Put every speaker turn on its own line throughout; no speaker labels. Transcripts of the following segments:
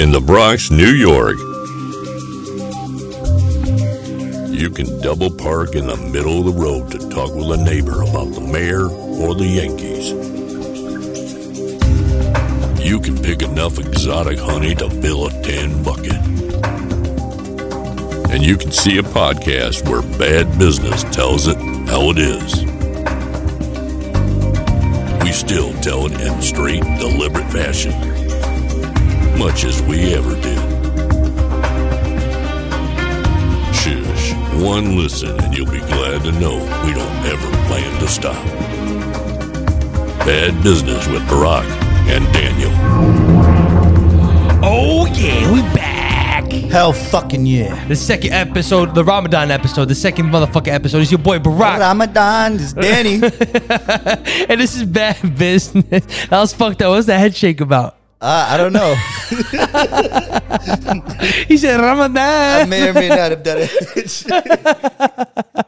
in the Bronx, New York. You can double park in the middle of the road to talk with a neighbor about the mayor or the Yankees. You can pick enough exotic honey to fill a tin bucket. And you can see a podcast where bad business tells it how it is. We still tell it in straight, deliberate fashion, much as we ever did. Shush, one listen, and you'll be glad to know we don't ever plan to stop. Bad Business with Barack and Daniel.
Oh yeah, we back.
Hell fucking yeah.
The second episode, the Ramadan episode, the second motherfucking episode is your boy Barack,
Ramadan is Danny. uh,
and this is bad business. That was fucked up. What's that head shake about?
Uh, I don't know.
He said
I
Ramadan.
may or may not have done it.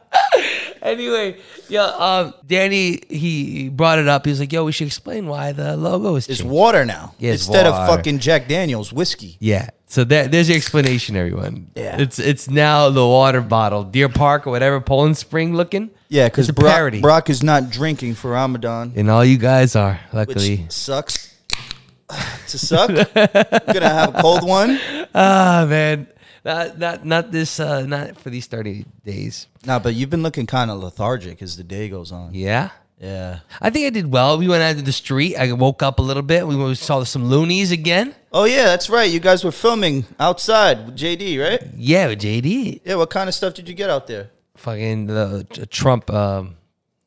anyway, yo, um, Danny, he brought it up. He was like, "Yo, we should explain why the logo is."
it's
changed.
water now.
Yeah, it's
Instead of
water.
fucking Jack Daniels whiskey.
Yeah. So there, there's your explanation, everyone.
Yeah.
It's it's now the water bottle, Deer Park or whatever, Poland Spring looking.
Yeah, because
It's a
Brock,
parody.
Brock is not drinking for Ramadan,
and all you guys are luckily.
which sucks. to suck. I'm gonna have a cold one.
Ah man, not not not this uh, not for these thirty days.
Nah, but you've been looking kind of lethargic as the day goes on.
Yeah,
Yeah.
I think I did well. We went out to the street. I woke up a little bit. We went- we saw some loonies again.
Oh yeah, that's right. You guys were filming outside with JD, right?
Yeah, with JD,
Yeah. What kind of stuff did you get out there?
fucking the Tr- Trump um,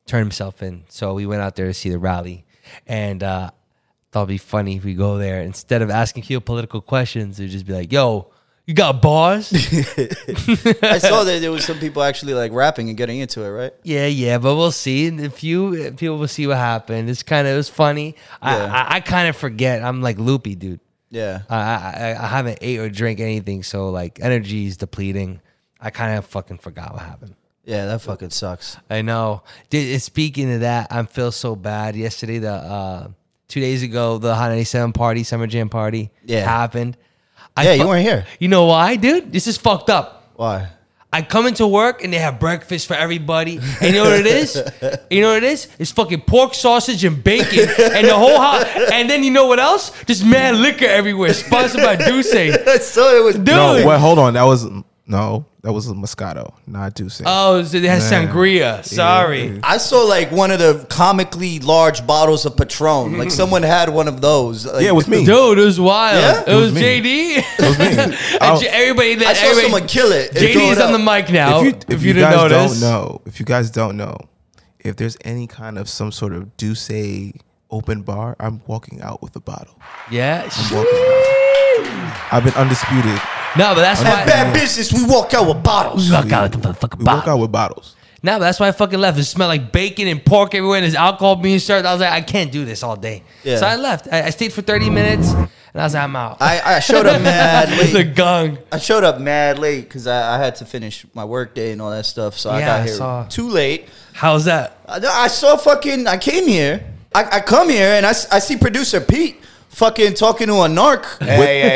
turned himself in. So we went out there to see the rally, and uh, thought it'd be funny if we go there instead of asking geopolitical questions, we'd just be like, "Yo, you got bars?"
I saw that there was some people actually like rapping and getting into it, right?
Yeah, yeah, but we'll see. And if you people will see what happened. It's kind of it was funny. I
Yeah.
I, I kind of forget. I'm like loopy, dude.
Yeah.
I, I I- I haven't ate or drank anything, so like energy is depleting. I kind of fucking forgot what happened.
Yeah, that fucking sucks.
I know. Dude, and speaking of that, I feel so bad. Yesterday, the uh, two days ago, the Hot 97 party, Summer Jam party,
Yeah.
happened. I
yeah, you
fu-
weren't here.
You know why, dude? This is fucked up.
Why?
I come into work and they have breakfast for everybody. And you know what it is? You know what it is? It's fucking pork sausage and bacon and the whole house. And then you know what else? Just mad liquor everywhere, sponsored by Duce. Dude.
I saw it was
No, wait, hold on. That was no, that was a Moscato, not Duce.
Oh, so they had
Man.
sangria. Sorry.
I saw like one of the comically large bottles of Patron. Like someone had one of those. Like,
yeah, it was me.
Dude, Mm. it was wild.
Yeah?
It, was
me.
JD.
It was me.
And
I'll-
j- everybody
I
that
saw
everybody,
someone kill it. and throw it
JD's on the
up.
mic now.
if you, if you,
didn't
guys
notice.
don't know, if you guys don't know, if there's any kind of some sort of Duce open bar, I'm walking out with a bottle.
Yeah.
Walking out. I've been undisputed.
No, but that's
At
why.
bad business, we walk out with bottles.
Fuck out the motherfucking
We walk out with bottles.
No, but that's why I fucking left. It smelled like bacon and pork everywhere, and there's alcohol being served. I was like, I can't do this all day.
Yeah.
So I left. I, I stayed for 30 minutes, and I was like, I'm out.
I, I showed up mad
the
late.
gong.
I showed up mad late because I, I had to finish my work day and all that stuff. So I
Yeah,
got
I
here
saw.
too late.
How's that?
I, I saw fucking. I came here. I, I come here and I, s- I see producer Pete fucking talking to a narc,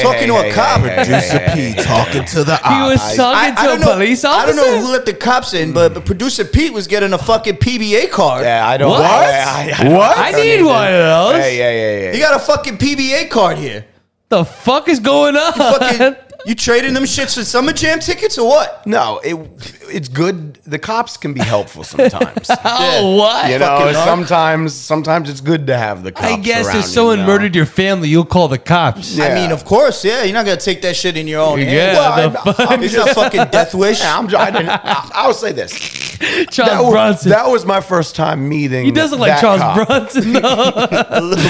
talking to a cop.
Duce P talking to the
He was
eyes.
talking to a
don't know-
police
I don't
officer?
know who let the cops in, but, but producer Pete was getting a fucking PBA card.
Yeah, I don't.
What?
I, I, I,
What?
I need one of those.
yeah, yeah, yeah,
You
yeah.
got a fucking PBA card here.
The fuck is going on?
Fucking, you trading them shits for summer jam tickets or what?
No, it it's good. The cops can be helpful sometimes.
oh, what?
Fucking
you know,
narc.
sometimes sometimes it's good to have the cops.
I guess
around
if someone
you, you know?
murdered your family, you'll call the cops.
I
Yeah.
mean, of course, yeah. You're not gonna take that shit in your own
Yeah,
hands.
the
Well, I- I'm
It's not fucking death wish.
Yeah, I'm. I didn't, I, I'll say this.
Charles
That was,
Bronson.
that was my first time meeting.
he doesn't like
that
Charles
cop.
Bronson, though.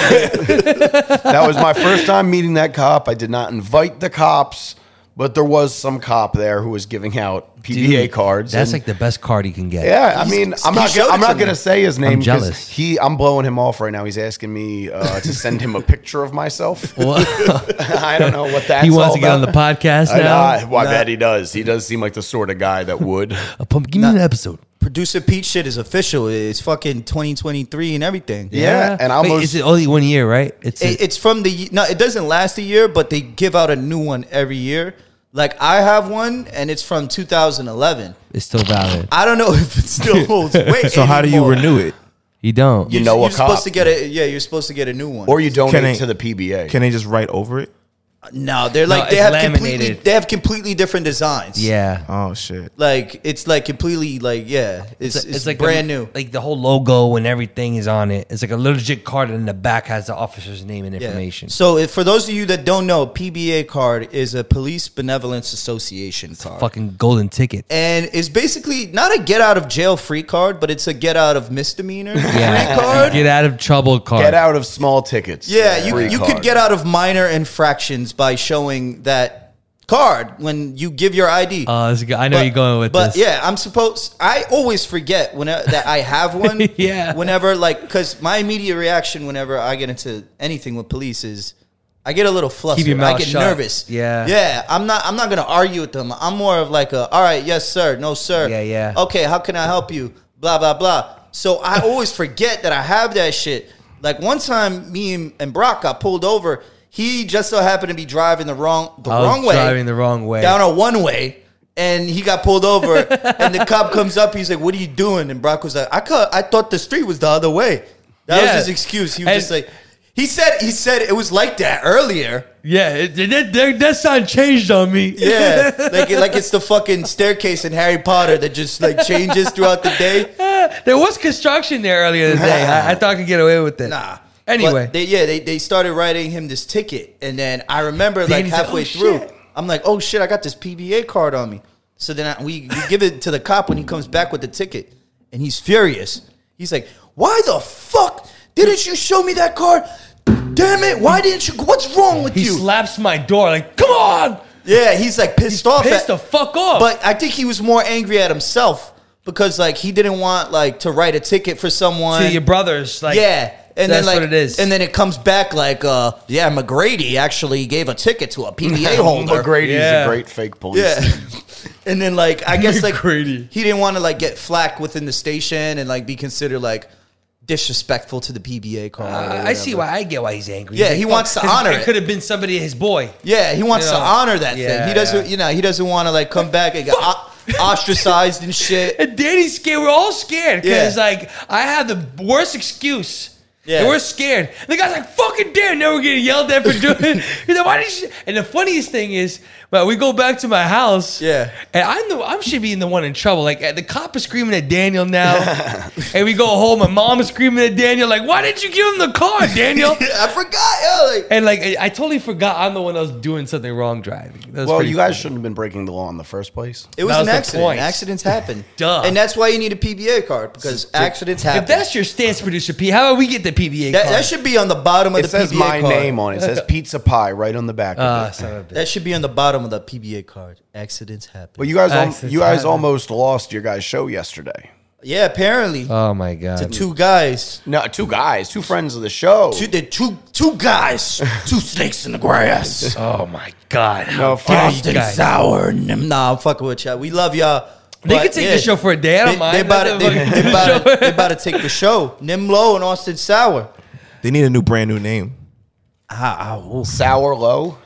That was my first time meeting that cop. I did not invite the cops, but there was some cop there who was giving out PBA
Dude,
cards.
That's
and-
like the best card he can get.
Yeah, I mean, I'm
he
not.
showed
Gonna,
it
I'm
to
not
me.
gonna say his name. 'cause
jealous.
He, I'm blowing him off right now. He's asking me uh, to send him a picture of myself. I don't know what that's.
he wants
all
to get on the
about.
podcast
I,
now.
I, well, I bet he does. He does seem like the sort of guy that would.
A pump- Give me an episode.
producer Pete shit is official. It's fucking 2023 and everything.
Yeah, and
Wait,
almost-
is it only one year, right? It's
It- it's from the no. It doesn't last a year, but they give out a new one every year. Like I have one, and it's from 2011.
it's still valid.
I don't know if it still holds weight.
So how do you
anymore.
renew it?
You don't.
You know
you're
a cop.
supposed to get a yeah. You're supposed to get a new one.
or you donate
Can I-
to the PBA.
Can they just write over it?
no, they're like
No,
they
it's
have completely
laminated.
they have completely different designs.
yeah.
Oh shit!
like it's like completely like yeah. It's it's, like brand
a-
new.
Like the whole logo and everything is on it. It's like a legit card, and the back has the officer's name and
Yeah.
information.
So if, for those of you that don't know, PBA card is a Police Benevolence Association card.
Fucking golden ticket.
and it's basically not a get out of jail free card, but it's a get out of misdemeanor
Yeah.
free card.
Get out of trouble card.
Get out of small tickets.
Yeah, you,
uh, Free
you
card.
could get out of minor infractions by showing that card when you give your ID.
Uh, this is good. I know you're going with
but
this.
yeah, I'm supposed. I always forget when I- that I have one.
Yeah.
Whenever like, because my immediate reaction whenever I get into anything with police is. I get a little flustered.
your
I
mouth
get
shut.
nervous.
Yeah.
yeah. I'm not. I'm not gonna argue with them. I'm more of like a, all right, yes sir, no sir.
Yeah, yeah.
Okay, how can I help you? Blah blah blah. So I always forget that I have that shit. Like one time, me and, and Brock got pulled over. He just so happened to be driving the wrong the
I was
wrong way
Oh, Driving the wrong way.
down a one way and he got pulled over and the cop comes up he's like what are you doing and Brock was like I cut, I thought the street was the other way that
Yeah.
was his excuse he was
And-
just like he said he said it was like that earlier
yeah, it, it- that- that, that sign changed on me.
yeah like it, like it's the fucking staircase in Harry Potter that just like changes throughout the day
there was construction there earlier today. I, I thought I could get away with it.
nah
Anyway.
But they, yeah they, they started writing him this ticket and then I remember like
Danny's like,
halfway
"Oh,
through
shit."
I'm like oh shit I got this PBA card on me so then I, we, we give it to the cop when he comes back with the ticket and he's furious he's like why the fuck didn't you show me that card damn it why didn't you what's wrong with
he
you
slaps my door like, come on.
yeah he's like pissed off
Piss
at,
the fuck off.
but I think he was more angry at himself because like he didn't want like to write a ticket for someone
to your brothers. Like,
yeah. And
that's
then like
what it is.
and then it comes back like uh yeah, McGrady actually gave a ticket to a PBA holder.
McGrady's
Yeah.
a great fake police.
Yeah. and then like I guess like
McGrady.
he didn't want to like get flack within the station and like be considered like disrespectful to the PBA card. or
Uh, I, I see
whatever.
why. I get why he's angry.
Yeah,
He's
he
"Fuck,"
wants to
'cause
honor
It
it.
could have been somebody, his boy.
Yeah, he wants to
Yeah.
honor that
Yeah,
thing. He doesn't
yeah.
you know, he doesn't want to like come back and get o- ostracized and shit.
And Danny's scared. We're all scared because
Yeah.
like I have the worst excuse.
Yeah.
And We're scared. And the guy's like, "Fucking damn!" Now we're getting yelled at for doing. He's like, "Why did you?" And the funniest thing is, well, we go back to my house.
Yeah.
And I'm the I should be the one in trouble. Like the cop is screaming at Daniel now, and we go home. My mom is screaming at Daniel, like, "Why didn't you give him the car, Daniel?"
I forgot. Yeah, like
and like I, I totally forgot I'm the one that was doing something wrong driving. That was
Well,
pretty
you guys
funny.
shouldn't have been breaking the law in the first place.
it was an
That was the
accident.
point.
Accidents happen.
Duh.
And that's why you need a PBA card because accidents happen.
If that's your stance, producer P, how about we get the PBA
That,
card?
that should be on the bottom of
It
the
says
PBA
my
card.
name on it. It says pizza pie right on the back of
Ah,
it.
son of a bitch.
That should be on the bottom of the PBA card. Accidents happen.
But you guys, al-
Access
you guys
happen.
almost lost your guys' show yesterday.
yeah, apparently
Oh my god.
the two guys,
No, two guys, two friends of the show.
two, the two two guys, two snakes in the grass.
Oh my god.
No, fuck.
Austin
guys.
Sour. and them- Nah, I'm fucking with y'all. We love y'all.
They
But,
could take the show for a day. I don't
they,
mind.
They about, to,
Let
they,
them fucking
they,
do the
about to,
show.
they about to take the show. Nimlo and Austin Sour.
They need a new brand new name.
Ah, ah, ooh.
Sour Low.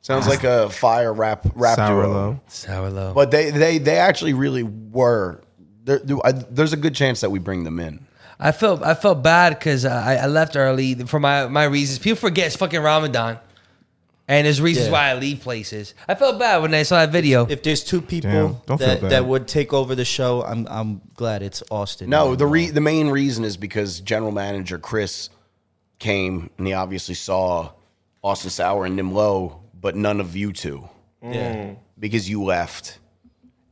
Sounds like a fire rap rap
Sour
duo.
low.
Sour low.
But they they they actually really were. There, there- I- there's a good chance that we bring them in.
I felt I felt bad because I, I left early for my, my reasons. People forget it's fucking Ramadan. And there's reasons
Yeah.
why I leave places. I felt bad when I saw that video.
If there's two people
Damn, don't feel
that,
bad.
that would take over the show, I'm I'm glad it's Austin.
No,
Oh,
and
the
Nimlo.
re- the main reason is because general manager Chris came and he obviously saw Austin Sauer and Nimlo, but none of you two
yeah.
Mm. because you left,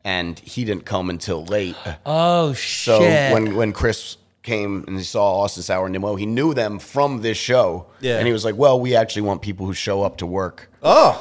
and he didn't come until late.
oh
So
shit.
when when Chris came and he saw Austin Sauer and Nimlo, he knew them from this show,
Yeah.
and he was like, "Well, we actually want people who show up to work."
Oh,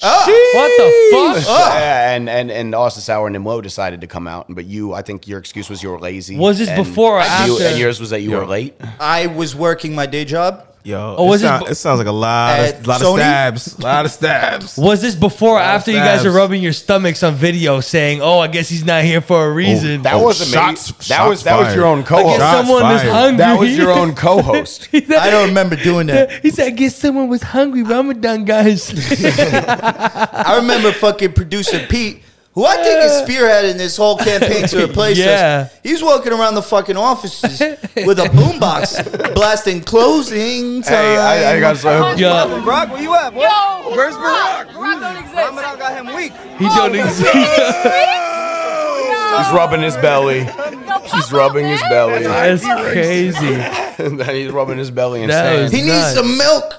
what the fuck?
Yeah, and and and Austin Sauer and Nimlo decided to come out, but you, I think your excuse was you were lazy.
Was this
and
before or
you-
after?
Oh,
and yours was that you were late.
I was working my day job.
Yo,
Oh,
it,
was this
sound-
bu-
it sounds like a lot,
At
of, lot
Sony?
of stabs, a lot of stabs.
Was this before or after you guys
stabs.
are rubbing your stomachs on video saying, "Oh, I guess he's not here for a reason"?
That
Oh,
wasn't
shots-
me. That was
shots
that was your
fired.
own
I guess
co-host.
Shots
someone was
fired.
hungry.
That was your own co-host.
He said-
I don't remember doing that.
He said, "I guess someone was hungry." Ramadan, guys.
I remember fucking producer Pete, who I think is spearheading this whole campaign to replace
Yeah.
us. He's walking around the fucking offices with a boombox blasting closing time.
hey, I, I got so
Yo,
Brock, where you at, boy?
Yo,
Where's
Brock?
Barack?
Brock don't exist.
Ramadan got him weak.
he don't exist.
he's rubbing his belly. He's rubbing his belly.
That's crazy.
and then he's rubbing his belly and
That
saying,
was-
he needs
nuts.
some milk.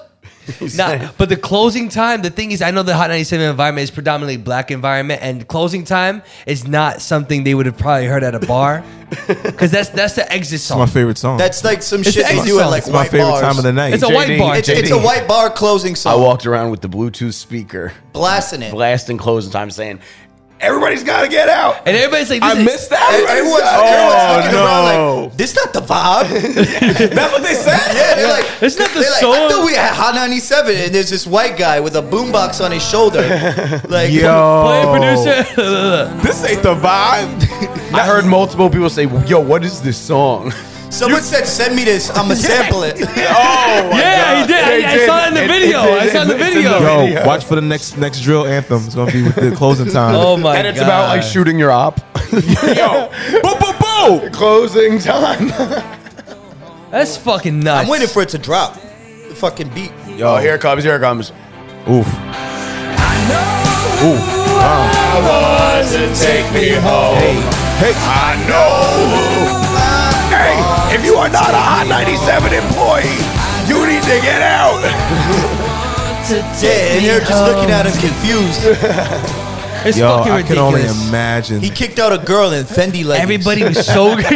Nah, but the closing time, the thing is, I know the Hot 97 environment is predominantly black environment, and closing time is not something they would have probably heard at a bar, because that's that's the exit song.
my favorite song.
That's like some
It's
shit
the
they
exit
do at
song.
like
It's
my
white
favorite
bars.
time of the night.
It's a white bar.
It's, it's a
JD.
white bar closing
I
song.
walked around with the Bluetooth speaker,
blasting it.
blasting closing time, saying, "Everybody's got to get out."
and everybody's like, this
I
is-
missed that.
Everyone's, everyone's
oh,
looking around
no.
like, this not the vibe.
That's what they said.
Yeah, they're like,
It's not the
they're like, I
song.
thought we had Hot 97, and there's this white guy with a boombox on his shoulder. Like,
Play
Yo,
producer.
this ain't the vibe.
I heard multiple people say, "Yo, what is this song?"
Someone said, "Send me this. I'ma sample it."
Oh,
yeah, he did. I, I saw it in the video. I saw it in the video.
Yo, watch for the next next drill anthem. It's gonna be with the closing time.
oh my god!
and it's about like shooting your op. Yo,
Boom, boom, boom.
closing time.
That's fucking nuts.
I'm waiting for it to drop. The fucking beat.
Yo, here it comes, here it comes.
Oof. Oof. Wow.
Take me home.
Hey,
I know. Hey, if you are not a Hot 97 employee, you need to get out.
Yeah, and they're just looking at him confused.
it's
yo,
fucking
I can only
ridiculous.
imagine.
He kicked out a girl in Fendi leggings.
Everybody was so good.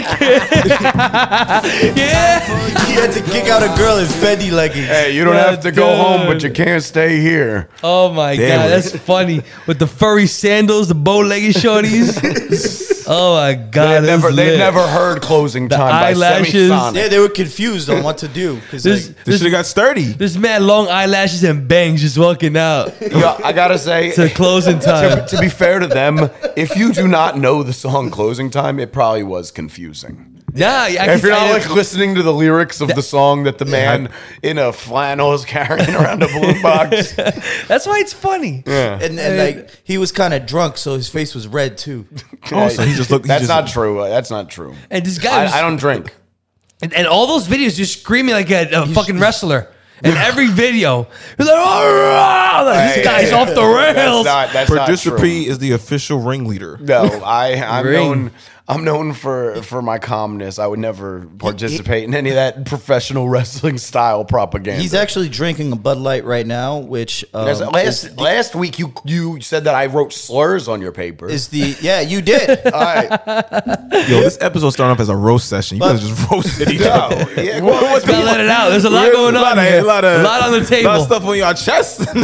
yeah.
he had to kick out a girl in Fendi leggings.
Hey, you don't
Yeah,
have to go home, but
dude.
you can't stay here.
Oh my
Damn
god,
it.
that's funny. With the furry sandals, the bow-legged shorties. oh my
They
god, that's
never, they
lit.
never heard closing time
eyelashes.
by Semisonic.
Yeah, they were confused on what to do. 'cause,
This,
like,
this
this,
should have got sturdy.
this man, long eyelashes and bangs, just walking out
Yo, I gotta say,
to closing time.
to, to be fair to them, if you do not know the song "Closing Time," it probably was confusing.
nah, I can
If you're
I-
not like listening to the lyrics of the song that the man in a flannel is carrying around a blue box,
that's why it's funny.
and, and like he was kind of drunk, so his face was red too.
Also, he just looked. he just-
that's not true. Uh, That's not true.
And this guy,
I,
was,
I don't drink.
and, and all those videos, you're screaming like a, a fucking wrestler. In every video, you're like, oh, like, this
Hey,
guy's
hey,
off the rails.
That's not. That's
Producer
not true.
P is the official ringleader.
No, I I'm
Ring.
known I'm known for for my calmness. I would never participate in any of that professional wrestling style propaganda.
He's actually drinking a Bud Light right now, which um,
That's-
is,
last last week you you said that I wrote slurs on your paper.
is the yeah you did.
All right.
Yo, this episode started off as a roast session. You guys just roasted each
No.
other.
Yeah, well,
What's
Gotta
the-
let it out. There's a lot going on.
A
here.
lot, of,
a lot on the
A lot of
table.
stuff on your chest.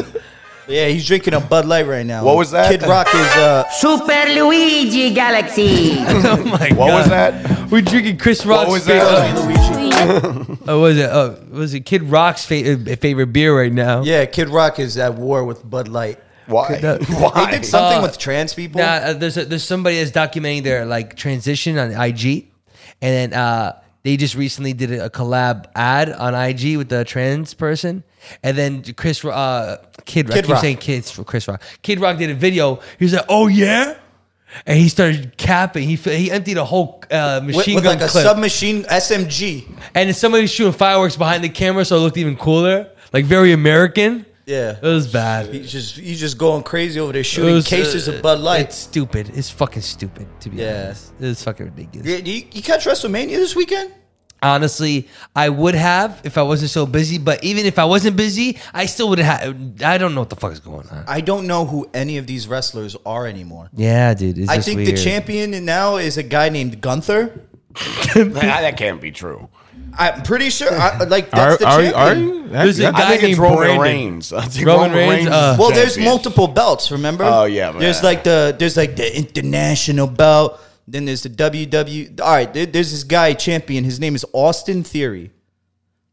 Yeah, he's drinking a Bud Light right now.
What was that?
Kid Rock is uh,
Super Luigi Galaxy.
Oh my god.
What was that?
We're drinking Chris Rock's.
was
favorite-
that?
Uh, was it? Uh, was it Kid Rock's fa- uh, favorite beer right now?
yeah, Kid Rock is at war with Bud Light.
Why?
that-
Why?
They did something
Uh,
with trans people.
Nah, uh, there's a, there's somebody that's documenting their like transition on IG, and then uh, they just recently did a collab ad on IG with the trans person, and then Chris Ro- uh, Kid
Kid
Rock. I keep
Rock.
saying kids for Chris Rock. Kid Rock did a video. He was like, "Oh yeah," and he started capping. He fi- he emptied a whole uh,
with,
machine
with
gun
like a
clip.
submachine SMG.
and then somebody was shooting fireworks behind the camera, so it looked even cooler, like very American.
Yeah.
It was bad.
He's just he's just going crazy over there
It
shooting
was,
cases
uh,
of Bud
It's
Light.
stupid. It's fucking stupid. To be
Yeah.
honest, it's fucking ridiculous.
You, you, you catch WrestleMania this weekend?
Honestly, I would have if I wasn't so busy. But even if I wasn't busy, I still would have. I don't know what the fuck is going on.
I don't know who any of these wrestlers are anymore.
Yeah, dude. It's
I
just
think
weird.
the champion now is a guy named Gunther.
Nah, that can't be true.
I'm pretty sure. I, like
Are,
that's
are,
the
you-
champion.
are you? That-
There's a
that-
I think
guy named
it's Roman
Brandon.
Reigns. I think
Roman Reigns,
is
uh,
the
Well, there's
champion.
multiple belts. Remember?
Oh, yeah, but-
There's like the there's like the international belt. Then there's the WW. All right, there- there's this guy champion. His name is Austin Theory.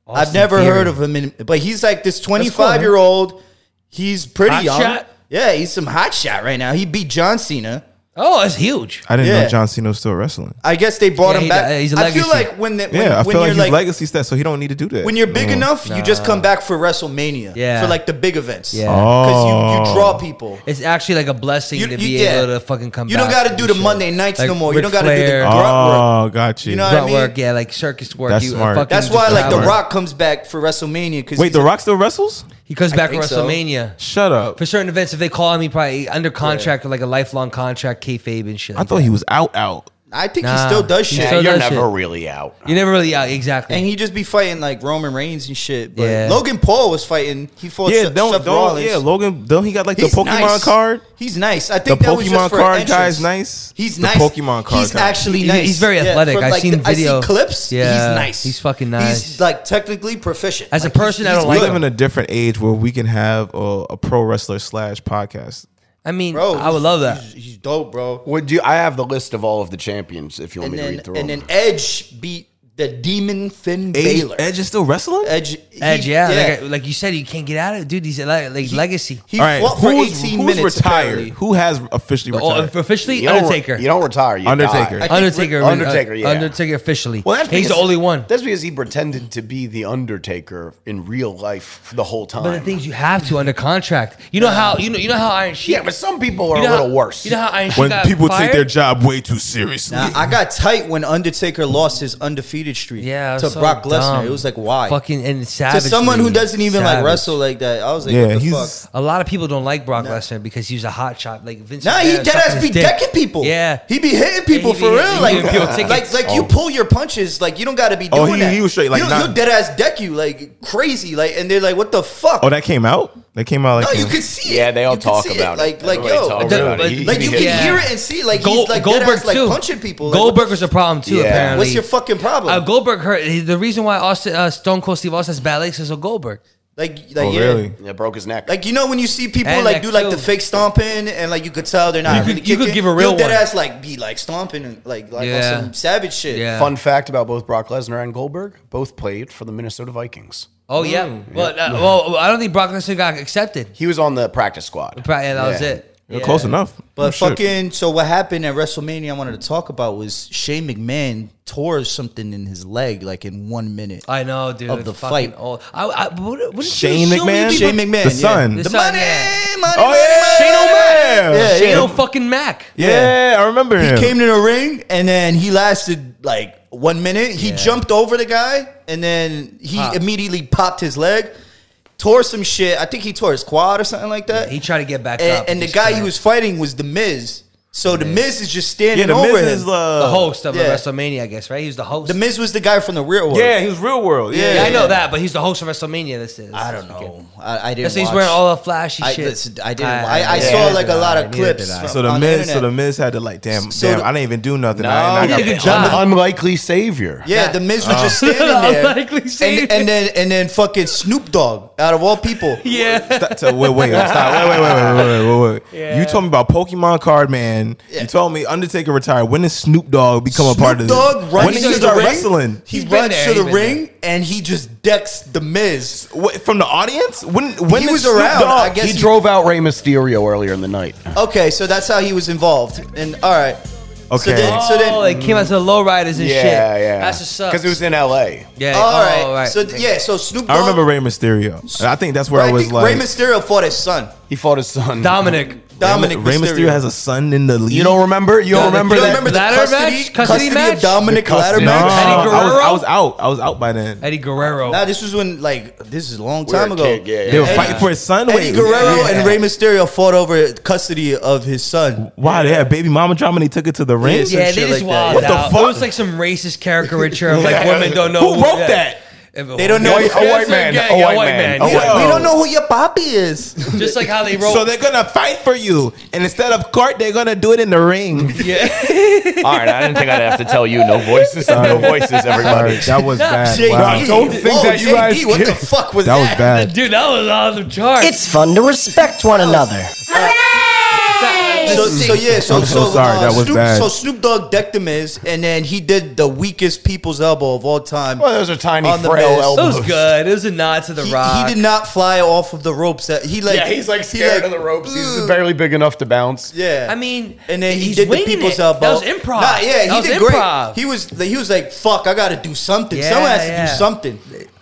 I've never
Theory.
heard of him, in, but he's like this 25 year old. He's pretty
Hot
young.
shot?
Yeah, he's some hot shot right now. He beat John Cena.
Oh, it's huge.
I didn't
Yeah.
know John Cena was still wrestling.
I guess they brought
Yeah,
him
he-
back.
uh, he's a
I feel
legacy.
like when the, when,
yeah, I
when
feel
you're
like his
like
legacy stats, so he don't need to do that. Mm.
when you're big
No.
enough, you just come back for WrestleMania.
Yeah.
for like the big events.
Yeah.
because you,
Oh.
you draw people.
It's actually like a blessing to be
yeah.
able to fucking come.
You
back
don't got to
and
do the
shit.
Monday nights
Like
no more.
Ric
you don't got to do the
Flair,
grunt work.
Oh, got you.
You know- what I
grunt
mean?
work. Yeah, like circus work.
That's
you, uh,
smart.
fucking
That's why
just
like The
power.
Rock comes back for Wrestlemania because
Wait, The Rock still wrestles?
He comes back to
think so.
WrestleMania.
Shut up.
For certain events, if they call him, he probably under contract or like a lifelong contract, kayfabe and shit.
I
like
thought
that.
he was out, out.
I think he
Nah.
still does
He
shit.
still
Yeah, you're
that
never
shit.
really out.
You never really out exactly.
and he just be fighting like Roman Reigns and shit. But
Yeah.
Logan Paul was fighting. He fought
Yeah,
Seth,
don't,
Seth
don't,
Rollins.
yeah, Logan, don't he got like
He's
the Pokemon
nice.
card?
He's nice. I
The
think that was
Pokemon
just for
card
card
guy's nice.
He's
the
nice.
Pokemon card
He's
guy.
actually
He-
nice.
he's very athletic.
from,
I've
like,
seen
the-
video.
I see clips.
Yeah,
he's nice.
he's fucking
He's
nice.
like technically proficient.
As a
Like, he's-
person, I
he's
don't
We
like
good.
live in a different age where we can have a, a pro wrestler slash podcast.
I mean,
Bro,
I would love that.
He's, he's dope, bro.
Would you? I have the list of all of the champions. If you want
And
me
then
to read through
and
them.
then Edge beat the Demon Finn
Age-
Baylor.
Edge is still wrestling.
Edge, he-
Edge, yeah, Like, I- like you said, you can't get out of it, dude. He's like, like legacy.
He fought for
who's,
18
who's
minutes.
retired?
apparently.
Who has officially
Oh,
retired?
officially,
You don't re-
Undertaker.
you don't retire. You
Undertaker.
die.
I think
Undertaker.
Rick- Undertaker, yeah.
Undertaker officially.
Well, that's
he's the
because-
only one.
That's because he pretended to be the Undertaker in real life the whole time.
But the things you have to under contract. You know how you know you know how Iron Sheik.
yeah, but some people are
you know
a little
how,
worse.
You know how Iron Sheik
when
got
people
fired?
take their job way too seriously.
Nah, I got tight when Undertaker lost his undefeated streak
yeah
to
so
Brock Lesnar.
dumb.
It was like why
fucking and
to
savage
someone who doesn't even like wrestle like that. I was like,
yeah,
what the
he's
fuck?
A lot of people don't like Brock Lesnar because he's a hot shot. Like Vince.
Nah, he
McMahon
dead
sucking
ass be
his dick.
decking people.
Yeah.
he be hitting people
he be
for
hitting-
real.
he
Like,
giving people tickets.
like, like you pull your punches. Like you don't got to be doing
Oh, he-
that.
he was straight, like,
you,
nah.
will dead ass deck you like crazy. Like and they're like, what the fuck?
oh, that came out. That came out like
no, you
in-
can see. it.
yeah, they all
You can
talk
see
about it.
Like like
Everybody
yo,
talks
That-
about it.
but-
He-
like,
like
he
you
hit-
can
Yeah.
hear it and see. Like
Gol-
he's like dead
Goldberg
ass like
too.
punching people. Like, what the
Goldberg was a problem too.
Yeah.
Apparently,
What's your fucking problem?
Uh, Goldberg hurt. he- The reason why Austin uh, Stone Cold Steve Austin has bad legs is of Goldberg.
like, like
Oh,
yeah.
really?
Yeah, broke his neck.
Like you know when you see people
And
like
that
do like the
killed.
fake stomping and like you could tell they're not
You could-
really
you could
kicking,
give a real
you'll dead
one.
ass like be like stomping and like like
Yeah.
on some savage shit.
Yeah. Oh,
Fun fact about both Brock Lesnar and Goldberg: both played for the Minnesota Vikings.
Oh yeah.
Mm,
Well, uh, well, I don't think Brock Lesnar got accepted.
He was on the practice squad.
Probably, yeah, that was
Yeah.
it.
You're
Yeah.
close enough.
But
Oh, shit.
fucking so what happened at WrestleMania I wanted to talk about was Shane McMahon tore something in his leg like in one minute.
I know, dude.
Of
it's
the
fucking
fight.
old. I, I, wouldn't you
Shane
assume
McMahon?
you'd be-
Shane McMahon,
the
yeah.
son.
The
the
son,
money,
yeah.
money,
Oh,
money,
yeah.
money.
Shane O'Mac.
Yeah,
Shane
yeah.
O fucking Mac.
yeah, I remember
He
him.
came to the ring and then he lasted like one minute. He jumped over the guy and then he
Popped.
immediately popped his leg, tore some shit. I think he tore his quad or something like that.
He tried to get back
and,
up.
and the
just
guy
couldn't.
he was fighting was the Miz. So the Miz is just standing
yeah, the
over
Miz
him.
is uh,
the host of a
yeah.
WrestleMania, I guess, right? He was the host.
the Miz was the guy from the real world.
Yeah, he was real world. Yeah,
yeah, I know
yeah.
that, but he's the host of Wrestlemania. This is.
I don't know. I, I didn't.
That's why he's
watch.
wearing all the flashy
I-
shit.
listen, I didn't- I- I saw,
neither
like, a
did
lot
I,
of
neither
clips
did I.
So the
on the
Miz, so
internet.
the Miz had to like, damn,
So
damn,
the-
I didn't even do nothing.
No,
I, and I
he did a good
got-
job.
Un- unlikely savior.
Yeah, the Miz was
Oh.
just standing there.
Unlikely savior.
and, and then and then fucking Snoop Dogg out of all people.
Yeah.
Stop- so wait, wait, stop. Wait, wait, wait, wait, wait, wait, wait. You told me about Pokemon Card Man.
Yeah.
You told me Undertaker retired. When did Snoop Dogg become a part
Snoop
of this?
Dogg
when
runs
did
to
he
the
start
ring.
wrestling?
He
He's been
runs
there,
to the
he's been
ring and he just decks the Miz.
What, from the audience? When when
He
did
was
Snoop
around,
Dogg-
I guess.
He drove out Rey Mysterio earlier in the night.
Okay, so that's how he was involved. And all right, So
Okay.
then, so then
oh, they came out to the lowriders and shit. That's what's up.
Because it was in L.A.
Yeah.
all right.
oh,
So yeah, so Snoop. Dogg,
I remember Rey Mysterio. And I think that's where
I
I was
think
like.
Rey Mysterio fought his son
He fought his son.
Dominic.
Dominic
Rey Mysterio. has a son in the league.
You don't remember? You don't
Dominic.
remember
You don't
that?
remember the
Oh, Ladder
custody,
match? Custody match?
of Dominic
The
ladder
custody.
No,
match?
Eddie
I was, I
Guerrero?
was out. I was out by then.
Eddie Guerrero.
Nah, this was when like this is a long
We were
time
a
ago.
kid, yeah, yeah.
They were
Eddie-
fighting for his son.
Eddie
Wait,
Guerrero
yeah.
and Rey Mysterio fought over custody of his son.
Wow, they had baby mama drama and he took it to the ring.
Yes.
yeah,
some
they
shit
just
like that.
wild
What
the
out.
fuck?
It was like some racist caricature of like women don't know
Who wrote
yeah.
that?
If-
They don't know-
Yeah,
A white
yeah,
man,
yeah,
a
yeah,
white man,
yeah.
a
We don't-
Yo.
we don't know who your poppy is.
Just like how they wrote.
So they're gonna fight for you, and instead of court, they're gonna do it in the ring.
All right, I didn't think I'd have to tell you no voices, no voices, everybody.
that was bad.
JD.
Wow.
don't think
Whoa,
that you
JD,
guys
What the
get-
fuck was
That was bad.
Dude, that was on the chart.
It's fun to respect one another.
Hooray!
So, so yeah, so
I'm so
so, uh,
sorry, that was
Snoop,
bad.
So Snoop Dogg decked him is, and then he did the weakest people's elbow of all time.
Well, those are tiny,
on the
frail
Miz.
elbows.
That was good. It was a nod to the
He, he
rock.
did not fly off of the ropes. That he like.
Yeah, he's like
he,
scared
like,
of the ropes. He's
"Ugh."
barely big enough to bounce.
Yeah,
I mean,
and then he
he's
did the
winging
people's
it.
elbow.
That was improv.
Nah, yeah, he
That was
did
improv.
great. He was he was like, "Fuck, I got to do something.
Yeah,
Someone has to
yeah.
do something."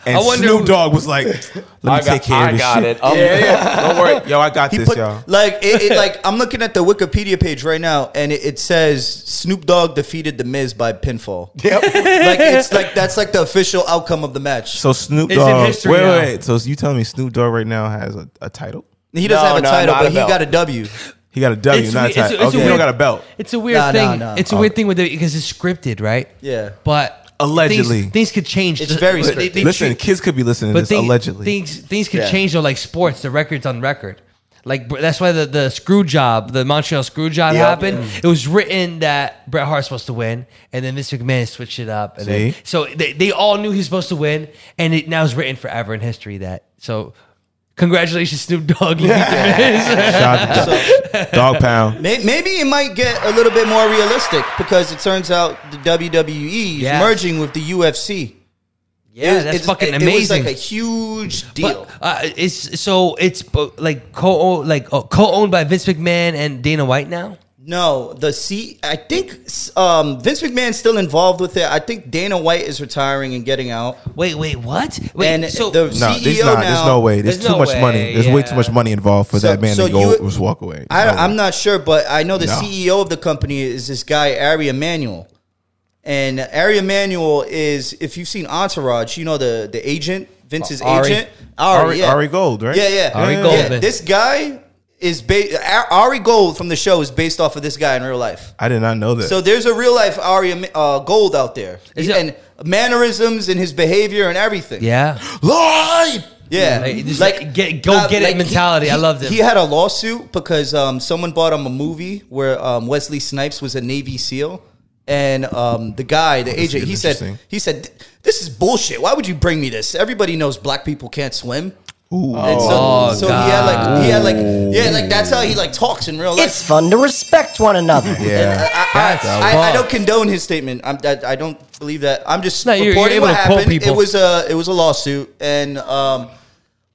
And
I wonder
Snoop
who-
Dogg was like, "Let me
I got,
take care
I
of this
got
shit.
it. Um,
Oh, Don't worry, yo, I got
He
this,
put
y'all.
like it, it like I'm looking at the Wikipedia page right now, and it, it says Snoop Dogg defeated the Miz by pinfall.
Yep.
like it's like that's like the official outcome of the match.
So Snoop
It's in
Dogg, wait,
history
wait,
now.
wait. So you telling me Snoop Dogg right now has a, a title?
He doesn't
No,
have a
no,
title,
not
but
a
he
belt.
got a W.
He got a W,
It's
not a
we- it's-
title.
it's a
okay, he
weird-
don't got a belt.
It's a weird
Nah, nah,
thing.
nah.
It's a weird thing with it because it's scripted, right?
Yeah.
But
Allegedly.
things, things could change.
It's very
But
scripted.
Listen,
treat-
kids could be listening to
but
this
thing-
allegedly.
things things could
Yeah.
change though, like sports. The record's on record. Like br- that's why the, the screw job, the Montreal screw job
Yep.
happened. It was written that Bret Hart's supposed to win, and then Vince McMahon switched it up. And then,
See?
so they, they all knew he was supposed to win, and it now is written forever in history that so. Congratulations, Snoop Dogg! You beat the Miz.
Shout out to Dog, Dog Pound.
May- Maybe it might get a little bit more realistic because it turns out the WWE is
Yeah.
merging with the UFC.
yeah,
It was-
that's
it's-
fucking
it- It was like
amazing.
a huge deal.
But, uh, it's so it's bo- like co like uh, co-owned by Vince McMahon and Dana White now.
no, the C. I think um, Vince McMahon's still involved with it. I think Dana White is retiring and getting out.
Wait, wait, what? Wait,
And
so
the CEO
No, there's not.
E now.
There's no way. There's,
There's
too
no
much money.
way,
There's way
yeah.
too much money involved for
So-
that man
so
to go
you-
just walk away.
I,
No way.
I'm not sure, but I know the
No.
CEO of the company is this guy Ari Emanuel, and Ari Emanuel is if you've seen Entourage, you know the the agent Vince's
Ari.
agent Ari
Ari-
yeah.
Ari Gold, right?
Yeah, yeah,
Ari
Yeah,
Goldman.
yeah. This guy is ba- Ar- Ari Gold from the show is based off of this guy in real life.
I did not know that.
So there's a real life Ari Em- uh, Gold out there,
Is
and
it-
mannerisms and his behavior and everything.
yeah,
Lie!
Yeah,
Like, just get- go get it
he-
mentality. I
he-
loved it.
He had a lawsuit because um, someone bought him a movie where um, Wesley Snipes was a Navy SEAL, and um, the guy, the
this
agent,
is
he said,
interesting.
he said, "This is bullshit. Why would you bring me this? Everybody knows black people can't swim."
Ooh.
And so,
Oh,
so he had like he had like yeah like that's how he like talks in real life.
It's fun to respect one another.
yeah.
I,
That's
I, I, I don't
fucked.
condone his statement. I'm, I, I don't believe that. I'm just
No, you're- you're
reporting
able
what
to quote
happened. It
people.
was a it was a lawsuit, and um,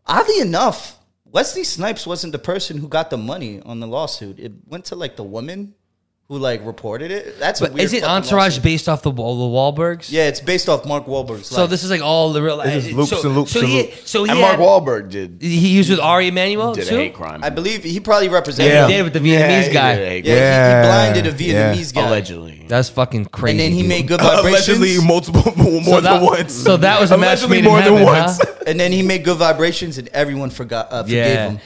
oddly enough, Wesley Snipes wasn't the person who got the money on the lawsuit. It went to like the woman who like reported it. That's a
but
weird.
isn't
fucking
Entourage
lawsuit.
based off the Wa- the Wahlbergs?
Yeah, it's based off Mark Wahlberg's.
So this is like all the real life.
is loops
so,
and loops
so
and
he,
loops.
So he
and
had,
Mark Wahlberg did
He used with Ari Emanuel
did a
too.
hate crime.
I believe he probably represented.
Yeah.
Yeah.
He did with the
Yeah,
Vietnamese
he
guy.
did a hate
Yeah, he-
Yeah.
he, blinded a
Yeah.
Vietnamese
crime.
guy,
Allegedly.
That's fucking crazy.
and then he
dude.
made good
Allegedly,
vibrations.
multiple more
that-
than once.
so that was a match
Allegedly
made in
more than
heaven,
once.
huh?
and then he made good vibrations, and everyone forgot uh, forgave
Yeah.
him.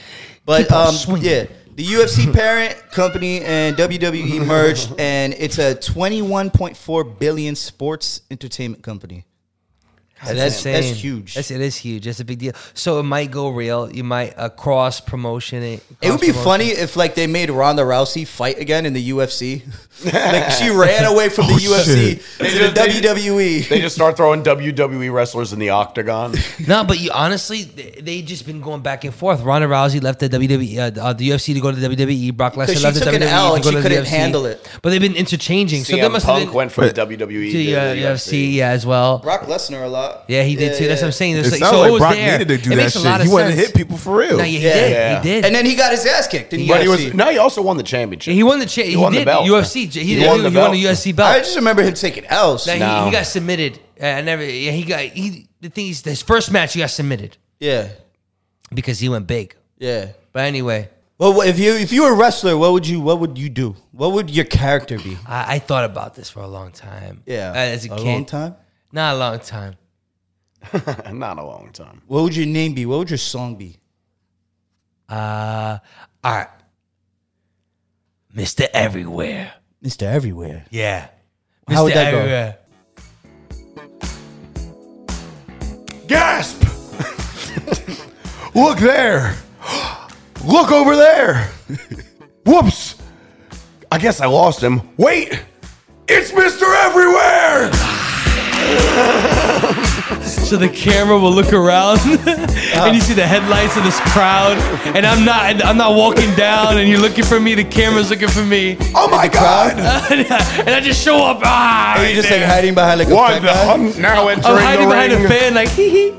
But
Keep on
um,
swinging.
yeah, the UFC parent company and WWE merged, and it's a 21.4 billion sports entertainment company. So that's that's
insane.
huge.
That's, it is huge. That's a big deal. So it might go real. You might uh, cross promotion it.
it would be
cross-promotion.
funny if like they made Ronda Rousey fight again in the UFC. like she ran away from the
Oh,
UFC
shit.
They
to the E.
just- they-
WWE.
They just start throwing
E
WWE wrestlers in the octagon.
No, but you honestly, they, they just been going back and forth. Ronda Rousey left the WWE, uh, uh, the UFC to go to the WWE. Brock Lesnar
she
left the
took an
WWE
L
to
and
go
she
to the
couldn't
UFC.
handle it.
But they've been interchanging, so they
CM
must have
Punk
been
went from the WWE
to
E.
to
the uh, UFC,
UFC.
yeah, as well.
Brock Lesnar a lot.
yeah, he did
Yeah,
too. That's
yeah.
what I'm saying. It's
It
like,
sounds
so it
like
was
Brock
there.
needed to do
it
that
makes a lot
shit.
of
He wanted to
sense.
hit people for real.
No, yeah, he
Yeah.
did.
Yeah.
He did.
And then he got his ass kicked in the
But
UFC.
he was no, he also won the championship.
he won the cha- he
won the
did
belt.
UFC. He,
He
did-
won
he
the
won the
belt.
UFC
I
belt.
just remember him taking L's.
Now, he- he,
No.
got submitted. Uh, I never. Yeah, he got. He the thing is, his first match he got submitted
yeah,
because he went big.
yeah.
But anyway,
Well, if you if you were a wrestler, what would you what would you do? What would your character be?
I, I thought about this for a long time.
Yeah,
Uh, as a, kid,
long time.
not a long time.
Not a long time.
What would your name be? What would your song be?
Uh, all right, Mister Everywhere.
Mister Everywhere.
Yeah,
How would that go?
Gasp! Look there! Look over there! Whoops! I guess I lost him. Wait! It's Mr. Everywhere!
so the camera will look around and you see the headlights of this crowd and I'm not and I'm not walking down and you're looking for me the camera's looking for me
Oh my god!
and I just show up ah
Are
right
you just like
there.
hiding behind like a
What
fat
the?
guy?
I'm now
I'm Oh,
entering
hiding behind
the
a
ring,
fan like hee hee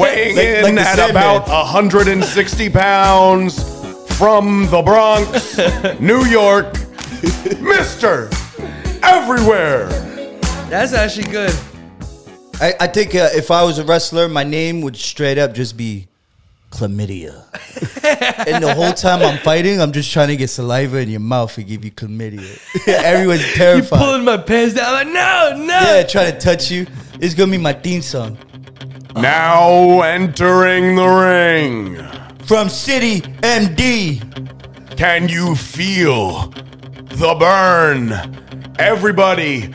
weighing
Like- like
in
the
at
Sandman.
about 160 pounds from the Bronx, New York, Mister Everywhere.
that's actually good
I, I think uh, if I was a wrestler, my name would straight up just be chlamydia. and the whole time I'm fighting, I'm just trying to get saliva in your mouth and give you chlamydia. Everyone's
you
terrified.
pulling my pants down I'm like no no
yeah, trying to touch you. It's gonna be my theme song
Now entering the ring.
from City MD.
Can you feel the burn? Everybody,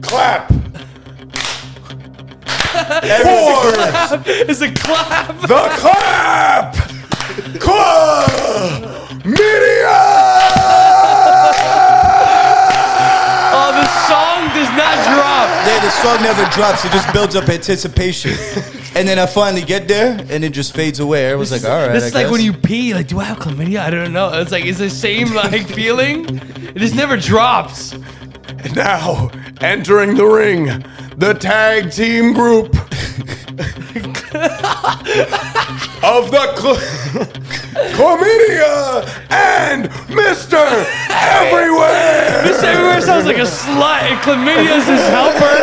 clap. For
it's a clap
the clap. Chlamydia.
oh the song does not drop
Yeah, the song never drops. It just builds up anticipation. And then I finally get there, and it just fades away. I was like, all right.
this
I
is like when
guess."
you pee like do I have chlamydia I don't know it's like it's the same like feeling it just never drops
Now entering the ring, the tag team group of the cl- chlamydia and Mister Everywhere.
This everywhere sounds like a slut, and chlamydia is his helper.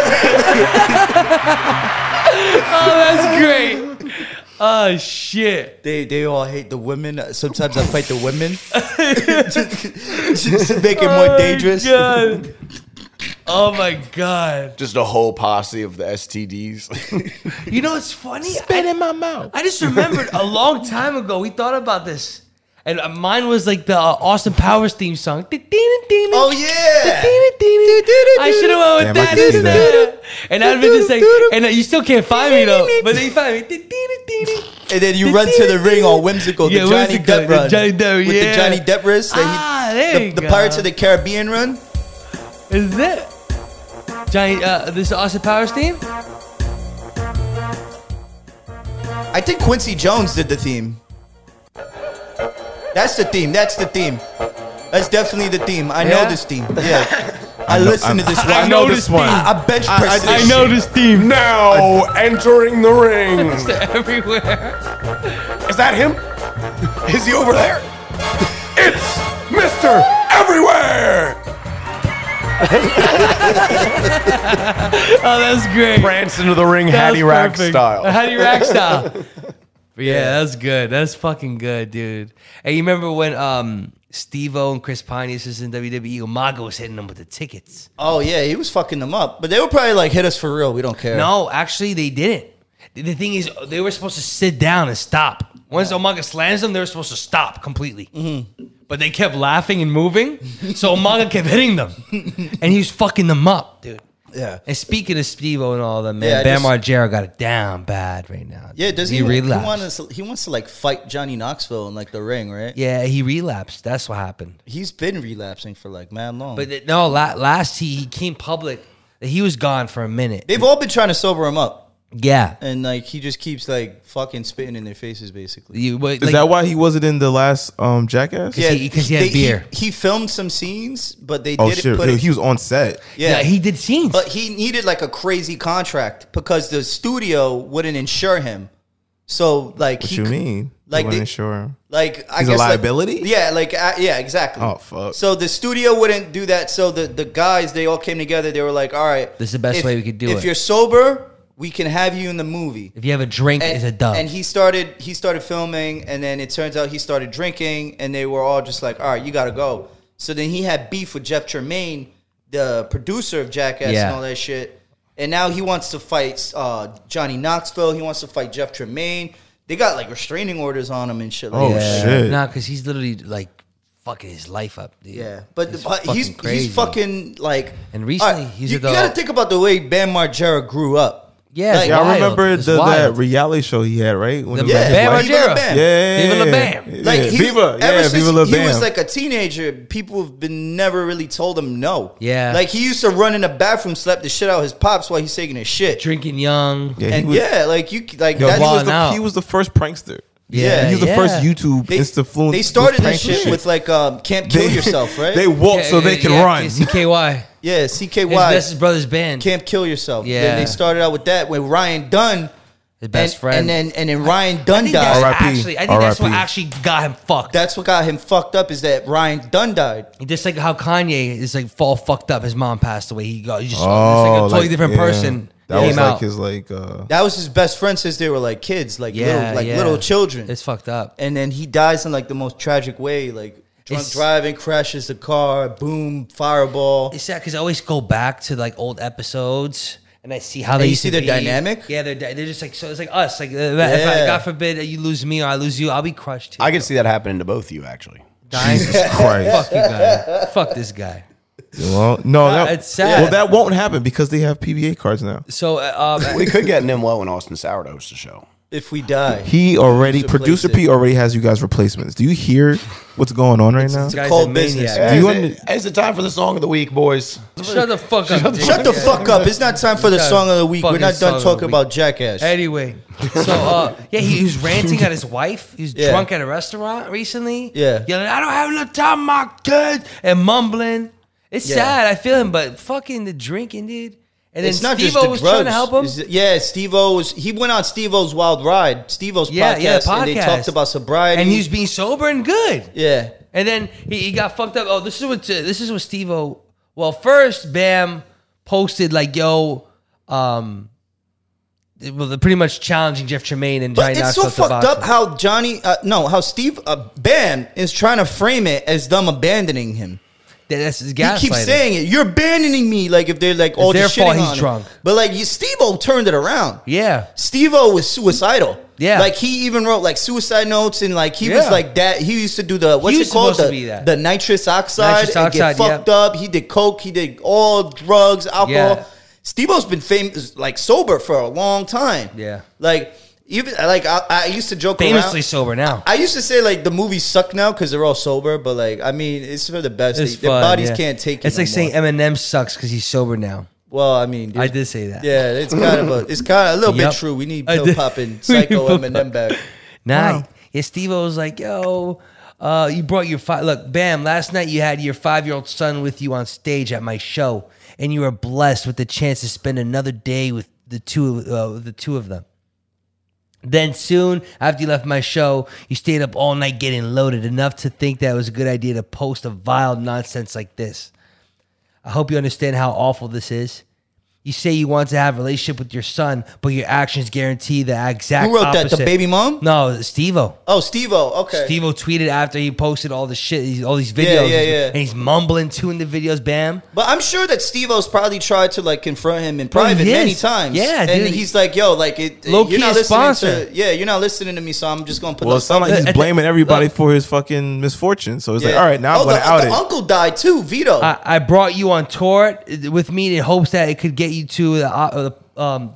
oh, that's great. Oh shit.
They they all hate the women. Uh, Sometimes I fight the women just, just to make it more dangerous.
Oh, God. Oh my god.
Just a whole posse of the STDs.
You know what's funny? Spit in my mouth. I just remembered a long time ago we thought about this. And uh, mine was like the uh, Austin Powers theme song.
Oh
Oh
yeah,
I should have went with
Damn, I
that
can see
instead. And I'd have been just like, and uh, you still can't find me though. But then you find me.
and then you run to the ring all whimsical,
Yeah,
the Johnny
whimsical,
Depp
the
run,
Johnny Depp,
with
yeah.
the Johnny Depp wrist, that he-
Ah, there
the,
you
the
go.
Pirates of the Caribbean run.
Is it? Giant, uh, this Austin Powers theme?
I think Quincy Jones did the theme. That's the theme. That's the theme. That's definitely the theme. I know
Yeah?
this theme. Yeah, I, listen to this one.
I know this one.
I, I bench press.
I
this
know
shit.
this theme.
Now entering the ring.
Everywhere.
Is that him? Is he over there? It's Mister Everywhere.
Oh, that's great.
Prance into the ring,
That's
Hattie Rack
perfect.
style.
Hattie Rack style. But yeah, that's good. That's fucking good, dude. Hey, you remember when um Steve O and Chris Pine used to in WWE? Umaga was hitting them with the tickets.
Oh yeah, he was fucking them up, but they were probably like, "Hit us for real. We don't care."
No, actually, they didn't. The- The thing is, they were supposed to sit down and stop. Once Umaga slams them, they were supposed to stop completely. But they kept laughing and moving, so Umaga kept hitting them, and he was fucking them up, dude.
Yeah.
And speaking of Steve-O and all that, man,
Yeah, I
Bam
just-
Margera got it down bad right now.
Yeah,
dude.
does he? He,
relapsed?
wants to, he wants to like fight Johnny Knoxville in like the ring, right?
yeah, he relapsed. That's what happened.
He's been relapsing for like mad long.
But it- no, la- last he, he came public. He was gone for a minute.
they've all been trying to sober him up,
Yeah.
and like he just keeps like fucking spitting in their faces, basically.
You, but,
Is that why he wasn't in the last um, Jackass?
Yeah. he- 'cause he had
they-
beer.
He, filmed some scenes, but they
Oh
didn't
shit!
put it.
He was on set.
yeah,
he did scenes.
But he needed like a crazy contract because the studio wouldn't insure him. So like,
What
he
you
cou-
mean?
like
Like
they-
they, sure.
Like I
He's a
guess like-
liability?
yeah, like uh, yeah, exactly.
Oh, fuck.
So the studio wouldn't do that. So the the guys they all came together. They were like, all right,
This is the best
if-
way we could do
If
it."
you're sober, we can have you in the movie.
if you have a drink,
And,
it's a dub.
and he started he started filming, and then it turns out he started drinking, and they were all just like, all right, you gotta go. So then he had beef with Jeff Tremaine, the producer of Jackass
Yeah.
and all that shit. And now he wants to fight uh, Johnny Knoxville. He wants to fight Jeff Tremaine. They got like restraining orders on him and shit. Like
Oh,
that.
shit.
Nah, because he's literally like fucking his life up, dude.
Yeah, but,
It's
but he's
crazy.
he's fucking like.
And recently,
Alright,
he's
you,
at the-
you got to think about the way Bam Margera grew up.
Yeah, it's
Like,
Yeah, I
wild.
remember
It's
the, that
wild.
reality show he had, right? When
The
he was
Yeah,
his
Bam
wife-
Viva La
Margera.
Bam.
yeah,
Viva La
yeah,
Bam.
yeah.
Like he,
Viva,
ever
yeah,
since
Viva La
he
Bam.
was like a teenager, people have been never really told him no.
Yeah.
like he used to run in the bathroom, slap the shit out of his pops while he's taking his shit.
Drinking young.
yeah,
and
he was,
yeah, like you, like
yo,
that's
he, was
wild
the,
now.
he was the first prankster.
yeah,
he was the
yeah.
first YouTube
they,
insta influencer.
they started this shit with like um, can't kill yourself, right?
They walk so they can run.
CKY.
yeah,
His
CKY
best brother's band.
can't kill yourself. Yeah,
Yeah.
they started out with that when Ryan Dunn.
His best
and,
friend.
and then and then Ryan Dunn
I think
died.
that's
R.I.P..
actually, I think that's what
R.I.P..
actually got him fucked.
That's what got him fucked up is that Ryan Dunn died.
just like how Kanye is like fall fucked up. His mom passed away. He got he's just
Oh,
it's like a totally different
yeah.
person.
That
came
was
out.
like his like. uh
That was his best friend since they were like kids, like
yeah,
little, like
yeah.
little children.
It's fucked up.
and then he dies in like the most tragic way, like drunk
It's-
driving, crashes the car, boom, fireball.
It's sad because I always go back to like old episodes and I see how
And
they
you
used
see
to
their
be.
dynamic?
Yeah, they're di- they're just like so. It's like us. Like uh, if I,
Yeah.
God forbid you lose me or I lose you, I'll be crushed. Too.
I can see that happening to both of you, actually.
dying.
Christ.
Fuck you guy. Fuck this guy.
Well, no, that,
it's sad.
Well, that won't happen because they have PBA cards now.
So uh, um,
We could get Nimlo and Austin Sauer to host the show.
If we die,
He already,
Just replace
producer P
it.
already has you guys replacements. Do you hear what's going on right now?
it's a
Guy's
cold
a
business.
maniac.
Do you
Is
under-
it- is it time for the song of the week, boys?
shut the fuck up. dude.
Shut the fuck up! It's not time for the
Shut
song of the
up.
week. We're
Fucking
not
song
done
of the
talking
week.
about jackass.
Anyway, so uh, yeah, he, he was ranting at his wife. He was
Yeah.
drunk at a restaurant recently.
Yeah.
yelling, "I don't have enough time, for my kid," and mumbling. It's
Yeah.
sad. I feel him, but fucking the drinking, dude. And then
It's not
Steve
just the
was trying to
drugs.
help him.
It's- yeah, Steve O was. He went on Steve O's wild ride, Steve O's
yeah,
podcast,
yeah, the
and
podcast.
they talked about sobriety.
and he was being sober and good.
yeah,
And then he, he got fucked up. Oh, this is what this is what Steve O. Well, first Bam posted like, "Yo, um, it- well, they're pretty much challenging Jeff Tremaine and
But
Johnny
it's so
Knoxville to
fucked
boxing.
up how Johnny, uh, no, how Steve uh, Bam is trying to frame it as them abandoning him.
That's
He
gaslighting.
keeps saying it. You're abandoning me, like if they're like all
their
just shitting
fault he's
on him.
drunk.
But like you, Steve-O turned it around.
Yeah.
Steve-O was suicidal.
Yeah.
like he even wrote like suicide notes and like he was
Yeah.
like that. He used to do the what's it
was
called
supposed to
the,
be that.
the nitrous oxide
Nitrous
and get
oxide, yeah.
fucked up. He did coke. He did all drugs, alcohol.
Yeah.
Steve-O's been famous like sober for a long time.
Yeah.
like even like I, I used to joke
Famously
around.
sober now.
I used to say like the movies suck now because they're all sober, but like I mean, it's for the best.
It's
They- Their
fun,
bodies
yeah.
can't take it.
It's like
no
saying
more.
Eminem sucks because he's sober now.
Well, I mean,
I
there's-
did say that.
Yeah, it's kind of a, it's kind of a little
Yep.
bit true. We need
I
pill
did.
popping
We need
psycho
pill
Eminem back.
Nah. Yeah, Steve was like, yo, uh, you brought your five. Look, bam, last night you had your five year old son with you on stage at my show, and you were blessed with the chance to spend another day with the two, uh, the two of them. Then soon after you left my show, you stayed up all night getting loaded enough to think that it was a good idea to post a vile nonsense like this. I hope you understand how awful this is. You say you want to have a relationship with your son, but your actions guarantee the exact
Who wrote that? The
opposite.
baby mom?
No, Steve-O.
Oh, Steve-O. Okay.
Steve O tweeted after he posted all the shit, these- all these videos,
Yeah, yeah, yeah.
and he's mumbling too in the videos. Bam,
But I'm sure that Steve-O's probably tried to like confront him in
Bro, he
private many
is.
times.
Oh, Yeah,
and
dude.
he's like, "Yo, like it,
Low-key
you're not
a
listening
sponsor.
to, yeah, you're not listening to me, so I'm just gonna put
Well,
the
it sounds like
At
he's
the-
blaming everybody
look.
for his fucking misfortune. So he's like,
Yeah.
all right, now
oh,
I'm going
the,
to out
the
it.
uncle died too, Vito.
I, I brought you on tour with me in hopes that it could get you to the uh, uh, um,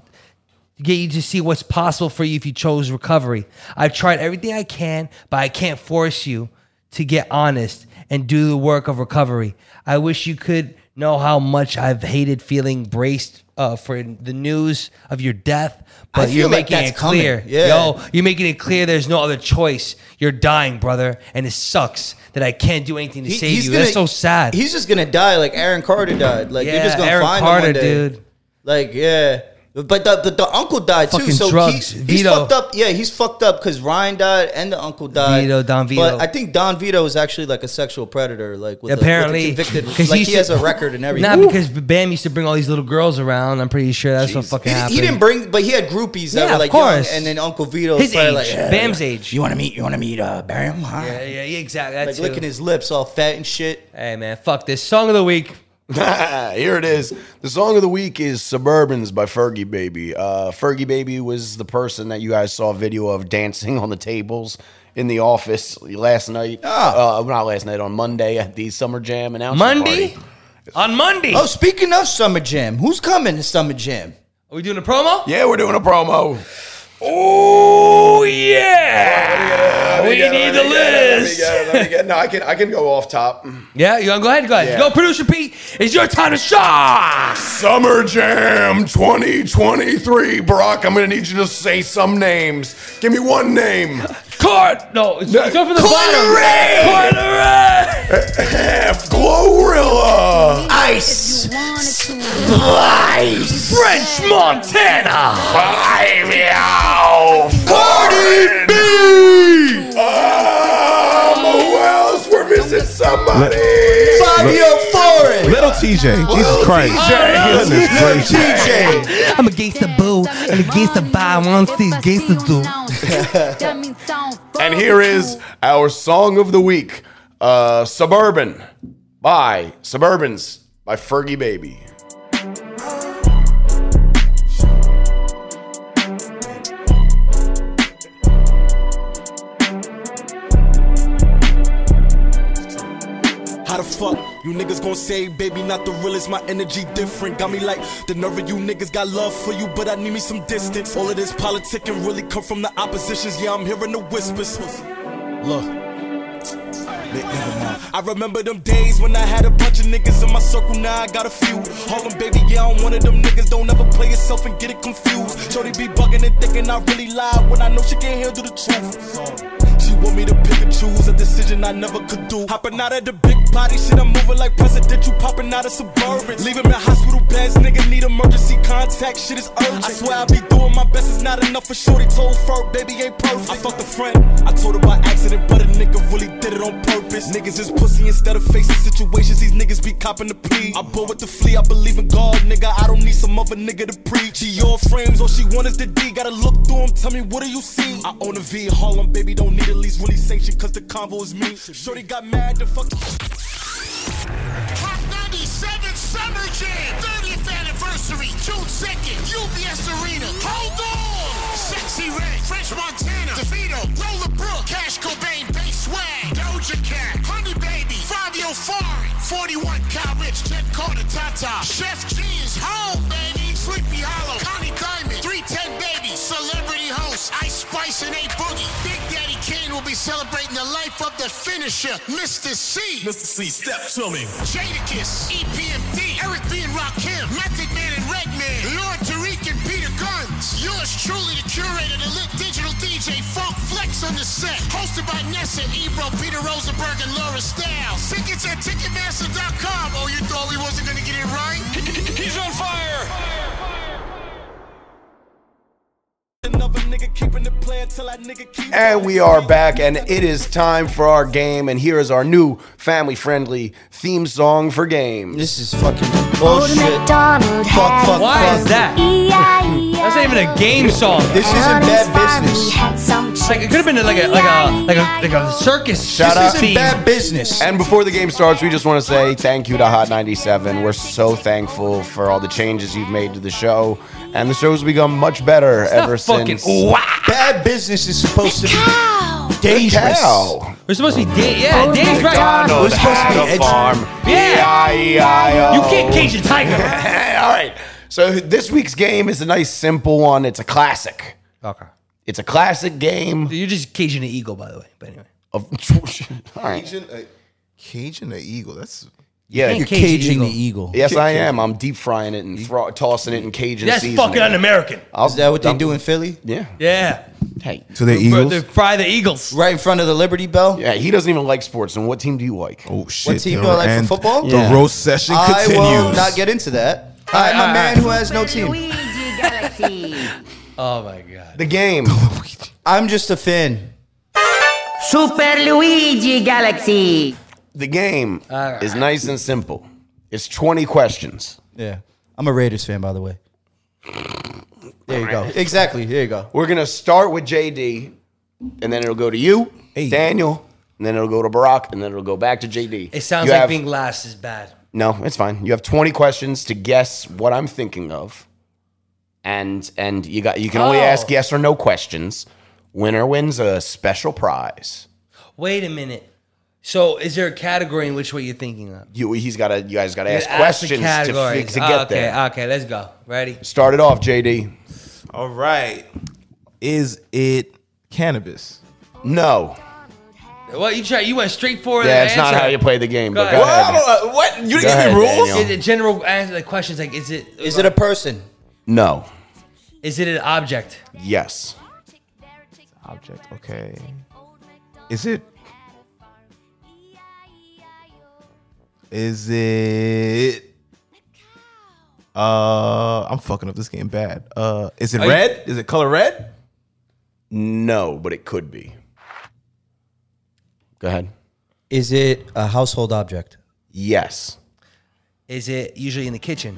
get you to see what's possible for you if you chose recovery. I've tried everything I can, but I can't force you to get honest and do the work of recovery. I wish you could know how much I've hated feeling braced uh, for the news of your death, but
feel
you're
like
making
that's
it clear.
coming. Yeah.
Yo, you're making it clear there's no other choice. You're dying, brother, and it sucks that I can't do anything to
He-
save you. that's so sad.
He's just gonna die like Aaron Carter died. Like you're just gonna find him one day.
dude.
Like yeah. But the, the, the uncle died too,
Fucking
so
drugs.
he, he's
Vito.
fucked up. Yeah, he's fucked up because Ryan died and the uncle died.
Vito, Don Vito.
But I think Don Vito is actually like a sexual predator, like with a- with a
Apparently,
convicted. Like
used
he
to-
has a record and everything.
Nah, because Bam used to bring all these little girls around. I'm pretty sure that's what fucking
he,
happened.
he didn't bring, but he had groupies that
Yeah,
were
of
like young,
course.
and then Uncle Vito was
his
probably like,
age,
yeah,
Bam's age.
You want to meet? You want to meet uh, Bam? Huh?
yeah, yeah, yeah, exactly. That
like
too.
licking his lips, all fat and shit.
hey man, fuck this song of the week.
Here it is. The song of the week is Suburbans by Fergie Baby. Uh, Fergie Baby was the person that you guys saw a video of dancing on the tables in the office last night. Uh, not last night, on Monday at the Summer Jam announcement
Monday
party.
on Monday.
Oh, speaking of Summer Jam, who's coming to Summer Jam?
Are we doing a promo?
Yeah, we're doing a promo.
Oh yeah.
Let me
We
get it,
need
let
the
me get it, let me
list.
get it, let me get it. No, I can I can go off top.
Yeah, you go ahead, go ahead.
Yeah.
Go, producer Pete. It's your time to shine.
Summer Jam 2023, Brock. I'm gonna need you to say some names. Give me one name.
Card. No, it's,
No,
it's up from the
Corn
bottom.
Ray!
Corn Ray!
F. Glorilla. Ice. Slice.
French Montana.
Five Meow. Party B. Um, who else? We're missing somebody.
Fabio Foreign.
Little TJ, Jesus Christ. Goodness gracious.
TJ.
I'm against the boo. I'm against the buy. I want to see against the do.
And here is our song of the week uh, Suburban by Suburbans by Fergie Baby.
How the fuck you niggas gon' say, baby, not the realest? My energy different. Got me like the nerve of you niggas got love for you, but I need me some distance. All of this politicking really come from the oppositions. Yeah, I'm hearing the whispers. Look. I remember them days when I had a bunch of niggas in my circle, now I got a few. Harlem, baby, yeah, I'm one of them niggas. Don't ever play yourself and get it confused. Shorty be bugging and thinking I really lied when I know she can't handle the truth. She want me to pick and choose a decision I never could do. Hopping out of the big body, shit, I'm moving like presidential, popping out of suburban. Leaving in hospital beds, nigga need emergency contact, shit is urgent. I swear I be doing my best, it's not enough for shorty told fur, baby ain't perfect. I fucked a friend, I told her by accident, but a nigga really did it on purpose. Niggas is pussy instead of facing situations, these niggas be copping the plea. I bore with the flea, I believe in God, nigga, I don't need some other nigga to preach. She all frames, all she want is the D, gotta look through 'em, tell me what do you see? I own a V, Harlem, baby, don't need at least really sanction, cause the convo is me. Shorty got mad, the fuck.
Hot 97 Summer Jam, 30th anniversary, June 2nd, UBS Arena. Hold on! Sexy Red, French Montana, DeVito, Lola Brooke, Cash Cobain, Bass Swag, Doja Cat, Honey Baby, Fabio Fari, 41 Kyle Rich, Ted Carter, Tata, Chef G is home, baby, Sleepy Hollow, Connie Diamond, 310 Baby, Celebrity Host, Ice Spice and A Boogie. Big Daddy Kane will be celebrating the life of the finisher, Mr. C.
Mr. C, step to me.
Jadakiss, E EPMD, Eric B. and Rakim, Method Man and Redman, Lord Tariq and Peter Guns. Yours truly, the curator, the lit digital DJ, Funk Flex on the set. Hosted by Nessa, Ebro, Peter Rosenberg, and Laura Stiles. Tickets at Ticketmaster.com. Oh, you thought we wasn't going to get it right?
He's on fire! Another nigga keeping it playing till that nigga keep
And we are back, and it is time for our game. And here is our new family friendly theme song for games.
This is fucking bullshit.
McDonald
Fuck, fuck,
Why
fuck.
is that?
E
That's not even a game song.
This isn't bad business.
It's like it could have been like a like a like a like a circus. Shout
This isn't bad business.
And before the game starts, we just want to say thank you to Hot 97. We're so thankful for all the changes you've made to the show, and the show's become much better ever
Fucking
since.
wow.
Bad business is supposed to be dangerous.
Cow.
We're supposed to be dead. Yeah, Dave's right.
Donald
It's supposed to be
had a
edgy.
farm.
Yeah.
E-I-E-I-O.
You can't cage a tiger.
E All right. So this week's game is a nice, simple one. It's a classic.
okay.
It's a classic game.
You're just caging an eagle, by the way. But anyway.
Of, all right.
Cajun, a, Cajun an eagle. That's
Yeah.
Thank Cage
Caging
eagle.
the eagle.
Yes, I am. I'm deep frying it and thro- tossing it in Cajun
That's
seasoning.
fucking un-American.
I'll-
Is that what they
I'm-
do in Philly?
Yeah.
Yeah.
Hey.
so they're
Bro,
eagles.
they fry the eagles.
Right in front of the Liberty Bell?
Yeah. He doesn't even like sports. And what team do you like?
oh shit!
team
they're-
do I like for
and
football?
The
Yeah.
roast session
I
continues.
will not get into that. I am a man who has no team.
Luigi Galaxy.
Oh my god.
The game.
I'm just a fan.
Super Luigi Galaxy.
The game is nice and simple. It's 20 questions.
Yeah. I'm a Raiders fan, by the way. There you go. Exactly. There you go.
We're gonna start with JD, and then it'll go to you, Daniel, and then it'll go to Barack, and then it'll go back to JD.
It sounds
You
like
have-
being last is bad.
No, it's fine. You have twenty questions to guess what I'm thinking of, and and you got you can only
Oh.
ask yes or no questions. Winner wins a special prize.
Wait a minute. So, is there a category in which what you're thinking of?
You, he's got to. You guys got to
Ask
ask
the
questions to, fi-
categories.
to get
Ah, okay,
there.
okay, let's go. Ready?
Start it off, JD.
All right. Is it cannabis?
No,
Well, you try. You went straight for
yeah,
the
it's not
answer.
how you play the game.
Go
but go
ahead.
ahead.
what? You
Go ahead, Daniel.
Is it general answer the questions like is it
Is it a person?
No.
is it an object?
Yes.
Object. Okay. Is it? Is it? Uh, I'm fucking up this game bad. Uh, is it
Are you-
red? is it color red?
No, but it could be. Go ahead.
Is it a household object?
Yes.
Is it usually in the kitchen?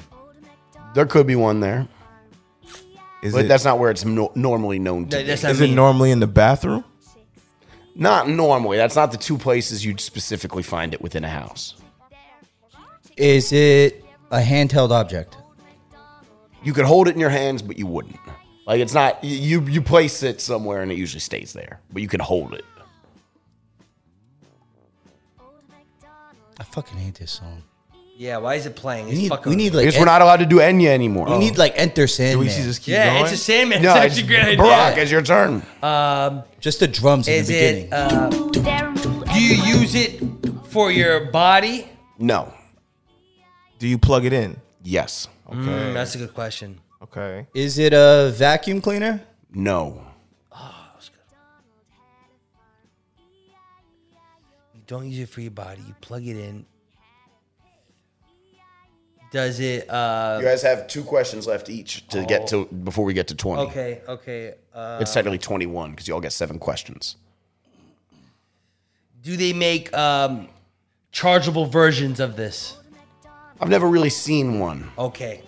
There could be one there,
Is
but
it?
that's not where it's no- normally known to.
That-
be.
That's not
is
me.
it normally in the bathroom?
Not normally. That's not the two places you'd specifically find it within a house.
Is it a handheld object?
You could hold it in your hands, but you wouldn't. Like it's not y- you. You place it somewhere, and it usually stays there. But you can hold it.
I fucking hate this song.
Yeah, why is it playing?
We
It's
need,
fucking
we need
I
like
guess we're not allowed to do Enya anymore.
we need like Enter
Do we
Sandman.
should
Just,
just keep
Yeah,
going?
it's a Sandman.
No,
it's
it's
such a great idea.
Barack, it's your turn.
the drums in
Is
the beginning.
it uh, do you use it for your body?
No.
Do you plug it in?
Yes.
Okay.
Mm, that's a good question.
okay.
Is it a vacuum cleaner?
No.
You don't use it for your body. You plug it in. Does it uh
You guys have two questions left each to get to before we get to twenty.
Okay, okay. Uh
It's technically twenty-one because you all get seven questions.
do they make um chargeable versions of this?
I've never really seen one.
Okay.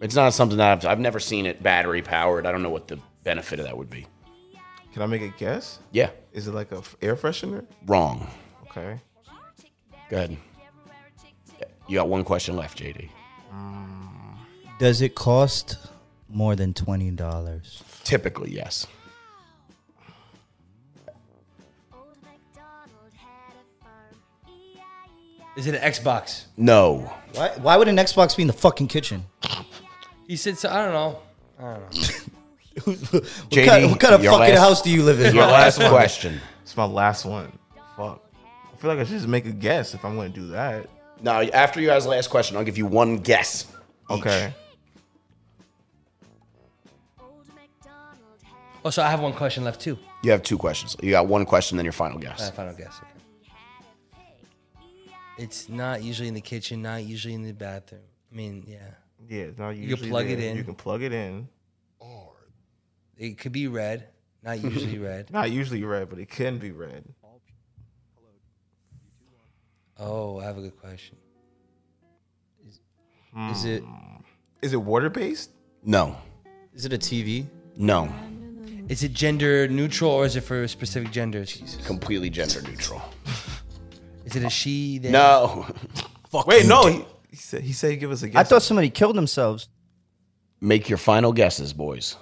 It's not something that I've, I've never seen it battery powered. I don't know what the benefit of that would be.
Can I make a guess?
Yeah.
Is it like a f- air freshener?
Wrong.
Okay.
Go ahead. You got one question left, JD.
Does it cost more than twenty dollars?
Typically, yes.
Is it an Xbox?
No.
Why, why would an Xbox be in the fucking kitchen?
He said so I don't know.
What, kind, what kind of
your
fucking
last-
house do you live in?
Your last question.
It's my last one. Fuck. I feel like I should just make a guess if I'm going to do that.
Now, after you guys' last question, I'll give you one guess. each.
Okay.
Oh, so I have one question left too.
You have two questions. You got one question, then your final guess.
Uh, final guess. It's not usually in the kitchen, not usually in the bathroom. I mean, yeah.
Yeah. Now
You can plug it in.
You can plug it in.
It could be red, not usually red.
Not usually red, but it can be red.
Oh, I have a good question.
Is it
Is it water based?
No.
is it a TV?
No.
Is it gender neutral or is it for specific genders?
Completely gender neutral.
Is it a she? They,
No.
Wait, no. He, he said he said give us a guess.
somebody killed themselves.
Make your final guesses, boys.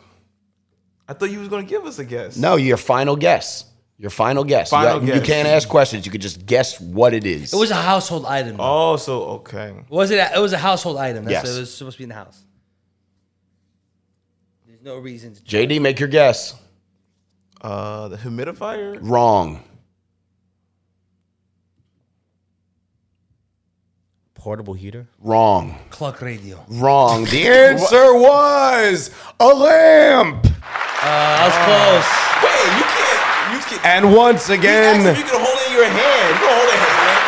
I thought you was going to give us a guess.
No, your final guess. Your final guess. You
Final
got- you,
guess.
can't ask questions. You can just guess what it is.
It was a household item. though.
Oh, so okay.
Was it? A, it was a household item. That's
Yes.
It was supposed to be in the house. There's no reason to.
JD, make your guess.
Uh, the humidifier.
Wrong.
Portable heater.
Wrong.
Clock radio.
Wrong. The answer was a lamp.
Uh, that was
Wait, you can't. You can't.
And once
And
again,
you can hold it in your hand. You can hold it in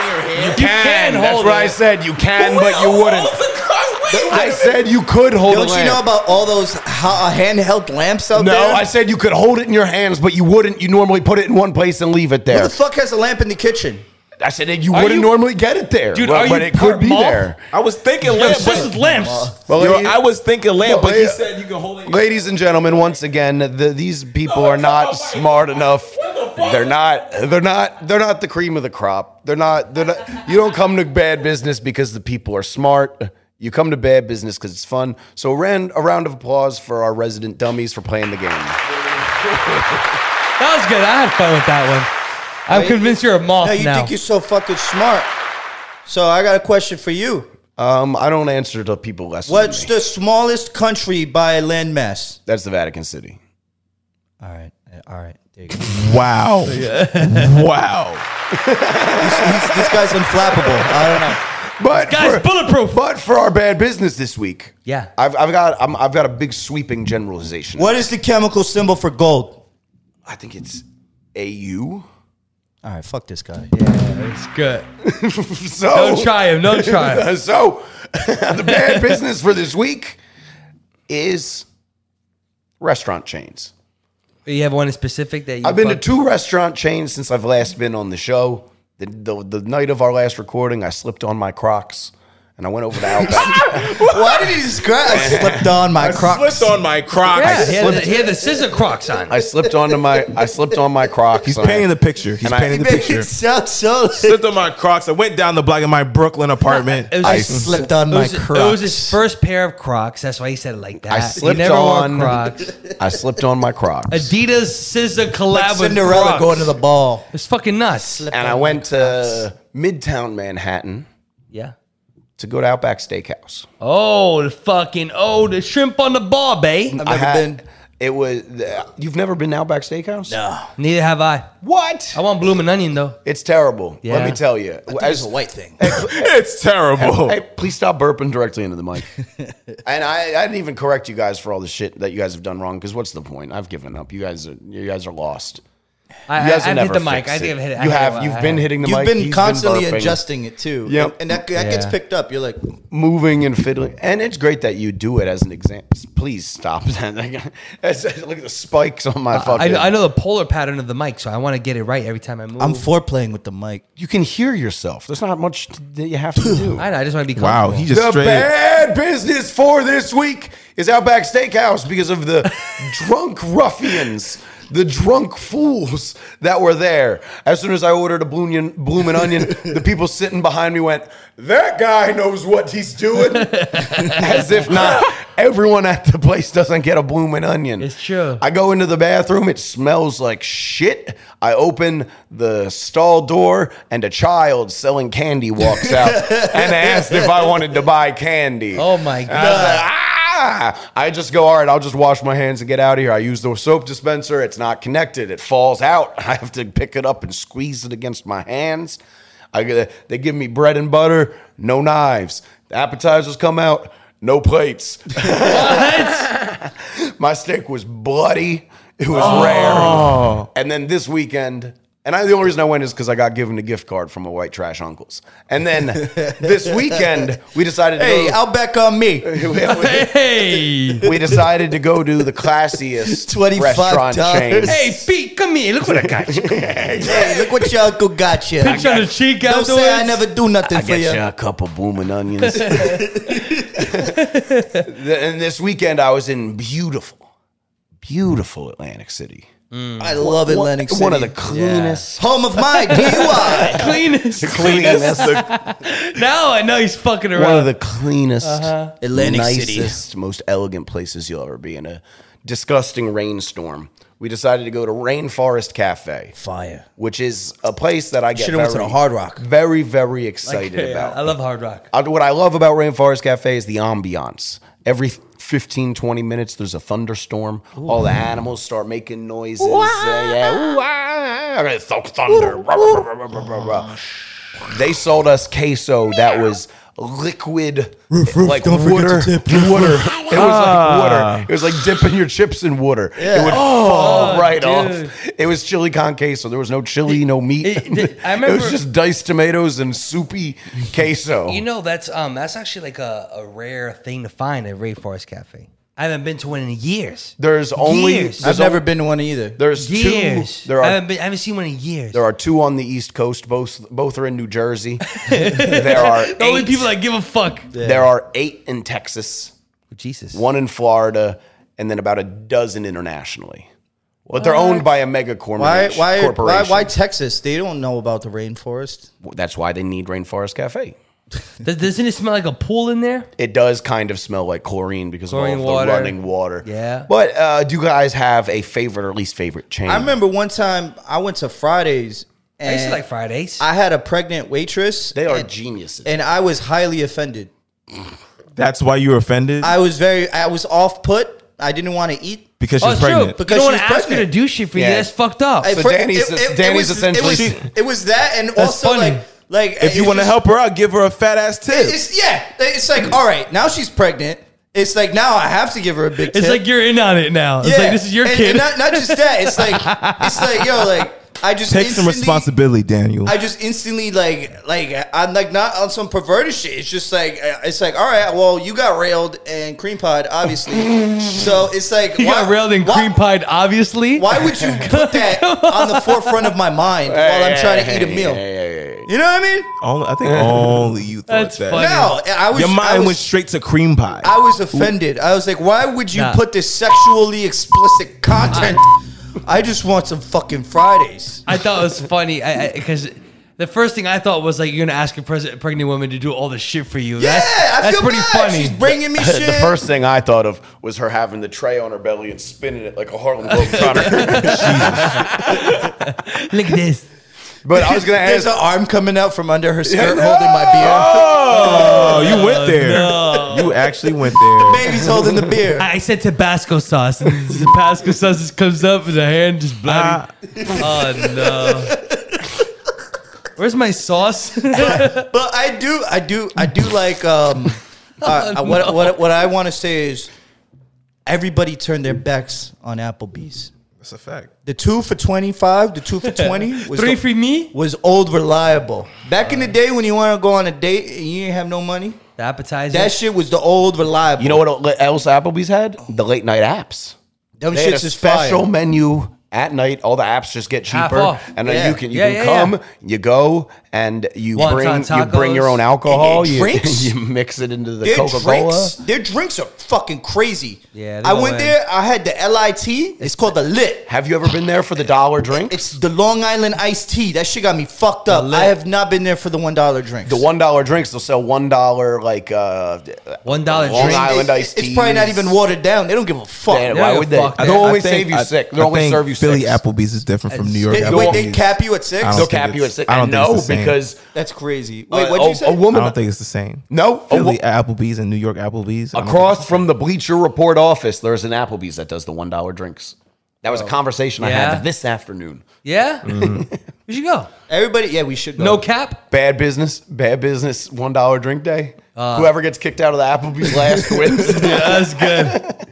your hand.
You can
That's
hold
what
it.
I said. You can, but you
Hold
wouldn't.
the car- wait, wait a
I
minute.
said you could hold
Don't
a
you know
lamp.
about all those ha- uh, handheld lamps out
no,
there?
I said you could hold it in your hands, but you wouldn't. You normally put it in one place and leave it
Who
there.
the fuck has a lamp in the kitchen?
I said that you wouldn't
you-
normally get it there,
Dude,
but,
are
but
you
it could
part
be
moth?
there.
I was thinking
close.
lamp, but
lamps.
Well,
Yo,
lady-
I was thinking lamp,
Well,
but he
yeah.
said you can hold it. in your
Ladies and gentlemen, once again, the, these people are not smart enough. They're not. They're not. They're not the cream of the crop. They're not. They're not. You don't come to bad business because the people are smart. You come to bad business because it's fun. So, Ren, a round of applause for our resident dummies for playing the game.
That was good. I had fun with that one. I'm convinced you're a
Oh,
moth
No, you
now.
think you're so fucking smart. So I got a question for you.
Um, I don't answer to people less. than
What's
me.
the smallest country by landmass?
That's the Vatican City.
All right, uh, all right. There you go.
Wow. wow.
He's- this guy's unflappable. I don't know.
But
Guys,
for,
bulletproof.
but for our bad business this week,
Yeah.
I've, I've got I'm, I've got a big sweeping generalization.
What is the chemical symbol for gold?
I think it's AU.
All right, fuck this guy.
It's good.
So
Don't try him. Don't try him.
so the bad business for this week is restaurant chains.
You have one in specific that you
I've been to
fuck-
two restaurant chains since I've last been on the show. The, the, the night of our last recording, I slipped on my Crocs and I went over to Outback.
Why did he describe? I slipped on my Crocs.
Slipped on my Crocs.
Yeah, he had, the, he had the scissor crocs on.
I slipped onto my I slipped on my Crocs.
He's
and I-
painting the picture. He's
and I-
painting
He
the
made
picture.
it sound so.
Slipped on my Crocs. I went down the block in my Brooklyn apartment.
It was
I
his-
slipped on
it
my
was-
Crocs.
It was his first pair of Crocs. That's why he said it like that.
I slipped
he never
on
wore Crocs.
I slipped on my Crocs.
Adidas SZA collab
Like
with
Cinderella
Crocs.
going to the ball.
It's fucking nuts.
and I went to Midtown Manhattan
Yeah.
to go to Outback Steakhouse.
Oh, the fucking oh, the shrimp on the ball, babe.
I've never been.
It was you've never been to Outback Steakhouse? No.
Neither have I.
What?
I want blooming onion though.
It's terrible. Let
Yeah.
me tell you. As-
It's a white thing.
it's terrible.
Hey, please stop burping directly into the mic. and I, I didn't even correct you guys for all the shit that you guys have done wrong. Because what's the point? I've given up. You guys are you guys are lost.
I,
You guys
I,
will
I've
never
hit the mic.
fix
I think I've hit it. I
You
hit it
have.
well.
You've
I
been
have.
hitting the
You've
mic.
been
He's
constantly
burping,
adjusting it too.
Yep.
And that, that gets
Yeah.
picked up. You're like,
moving and fiddling. And it's great that you do it as an example. Please stop that. That's- Look at the spikes on my fucking.
Uh, I, I know the polar pattern of the mic, so I want to get it right every time I move.
I'm foreplaying with the mic.
you can hear yourself. There's not much that you have to do.
I know. I just want to be
Wow.
comfortable.
He just
the
straight.
bad business for this week is Outback Steakhouse because of the drunk ruffians, the drunk fools that were there. As soon as I ordered a bloomin' bloomin' onion, the people sitting behind me went, "That guy knows what he's doing," as if not everyone at the place doesn't get a bloomin' onion.
It's true.
I go into the bathroom. It smells like shit. I open the stall door, and a child selling candy walks out and asked if I wanted to buy candy.
Oh my
And I was
God.
like, "Ah!" I just go, all right, I'll just wash my hands and get out of here. I use the soap dispenser. It's not connected. It falls out. I have to pick it up and squeeze it against my hands. I get- they give me bread and butter, no knives. The appetizers come out, no plates. My steak was bloody. It was
Oh.
rare. And then this weekend, and I, the only reason I went is because I got given a gift card from a white trash uncle's. And then this weekend, we decided to
hey,
go,
I'll back on me.
hey,
we decided to go to the classiest
$25.
restaurant chain.
hey, Pete, come here. Look what I got you.
Hey, look what your uncle got you.
Pinch on the cheek
Don't
afterwards.
say I never do nothing
I
for you.
get you a couple booming onions. and this weekend, I was in beautiful, beautiful Atlantic City.
I love Atlantic City.
One of the cleanest,
home of my DUI.
Cleanest.
cleanest,
Now I know he's fucking
one of
around.
the cleanest,
Atlantic City.
nicest, most elegant places you'll ever be in a disgusting rainstorm. We decided to go to Rainforest Cafe,
Fire.
which is a place that I get
Should've went to
very-
the Hard Rock.
Very, very excited
Yeah,
about.
I love Hard Rock.
I- what I love about Rainforest Cafe is the ambiance. Every 15, 20 minutes, there's a thunderstorm. All the animals start making noises. Uh, yeah, ooh, ah, ah, ah, thunk thunder. Ruh, ruh, ruh, ruh, ruh, ruh, ruh. They sold us queso that was liquid, like water. Water. It was like water. It was like dipping your chips in water. It would
Oh,
fall right off. It was chili con queso. There was no chili, no meat.
it- it- I
it was
remember-
just diced tomatoes and soupy queso.
You know that's um that's actually like a, a rare thing to find at Rainforest Cafe. I haven't been to one in years.
There's only
Years.
there's
I've never been to one either.
There's
years.
two. There
I
are
Um,
haven't, been, I haven't seen one in years.
there are two on the East Coast. Both both are in New Jersey. there are
the only
eight-
people that give a fuck.
there are eight in Texas,
Oh, Jesus.
one in Florida, and then about a dozen internationally. Well, they're owned by a mega corpor-
Why, why, why,
corporation.
why Texas? They don't know about the rainforest.
That's why they need Rainforest Cafe.
Does- Doesn't it smell like a pool in there?
It does kind of smell like chlorine because
Chlorine
of all of
water.
the running water.
Yeah.
But uh, do you guys have a favorite or least favorite chain?
I remember one time I went to Fridays
I
Eh,
used to like Fridays.
I had a pregnant waitress.
They are geniuses.
And I was highly offended.
That's why you were offended
I was very, I was off put. I didn't want to eat.
because she's
Oh, it's
pregnant.
True.
Because
you
she
don't
was
want to ask her
pregnant.
to do shit for
Yeah.
you. That's fucked up.
I-
So
for-
Danny's-
was,
Danny's essentially-
It was, it was that, and also
funny.
like, like
If you
it's
want to
just-
help her out, give her a fat ass tip.
it's yeah. It's like all right, now she's pregnant. It's like now I have to give her a big.
it's
tip.
like you're in on it now. It's like this is your
and,
kid.
And not, not just that. It's like it's like yo, like I just
Take some
instantly-
responsibility, Daniel.
I just instantly like like I'm like not on some perverted shit. It's just like uh, it's like all right, well you got railed and cream pod obviously. so it's like
you got railed and
why-
cream pied, obviously.
Why would you put that on the forefront of my mind while I'm trying to eat a meal? You know what I mean?
Only- I think only you thought
That's
that.
funny.
No, I was
Your
I
mind
was,
went straight to cream pie.
I was offended. I was like, why would you
Nah.
put this sexually explicit content? I just want some fucking Fridays.
I thought it was funny because the first thing I thought was like you're gonna ask a pres- pregnant woman to do all the shit for you.
Yeah,
that's,
I
that's
feel
pretty
bad.
funny.
She's bringing me shit.
the first thing I thought of was her having the tray on her belly and spinning it like a Harlem Globetrotter.
Look at this.
but I was gonna
There's
ask.
an arm coming out from under her skirt holding my beer.
oh, you went there. You actually went there.
Baby's holding the beer.
I I said Tabasco sauce, and the Tabasco sauce just comes up, and the hand just
Ah.
bloody. oh no. Where's my sauce?
But I do, I do, I do like. Um, uh, what, what what I want to say is, everybody turned their backs on Applebee's.
That's a fact.
The two for twenty five, the two for twenty was
Three
the-
for me. Uh.
was old reliable. Back in the day when you want to go on a date and you didn't have no money,
The appetizer.
that shit was the old reliable.
You know what else Applebee's had? The late night apps.
Them
They had a
shits is fire.
special menu at night. All the apps just get
Half
cheaper,
off.
and then
Yeah.
you can you
Yeah,
can
yeah,
come, you go, and you
Wonton
bring you bring your
tacos.
own alcohol.
And
You,
drinks.
you mix it into the
Their
Coca Cola.
drinks, their drinks are fucking crazy.
Yeah, they
I
go
went
in.
there. I had the lit. It's called the lit.
Have you ever been there for the dollar drink?
It's the Long Island iced tea. That shit got me fucked up.
lit.
I have not been there for the one dollar drinks.
the one dollar drinks. They'll sell one dollar like uh,
One dollar
Long
drink.
Island
It-
iced
It's probably not
teas.
even watered down. They don't give a fuck.
Yeah,
Yeah,
why would they?
fuck that.
They'll
I
always
think-
save you
I-
six.
I
They'll only
think
serve you
Philly
six.
Applebee's is different from New York.
They- wait, they
Applebee's.
cap you at six?
I don't
They'll
think
cap you at
it's-
six.
I don't
And
think
no,
it's the same.
because
That's crazy.
uh,
Wait, what'd
a,
you say?
a
I
woman.
don't think it's the same.
no, a wo-
Philly Applebee's and New York Applebee's. I don't think
across from the Bleacher Report office, there's an Applebee's that does the one dollar drinks. That was a conversation I
Yeah.
had this afternoon.
Yeah. We should go.
Everybody, yeah, we should go.
No cap.
Bad business, bad business. One dollar drink day. Whoever gets kicked out of the Applebee's last wins.
That's good.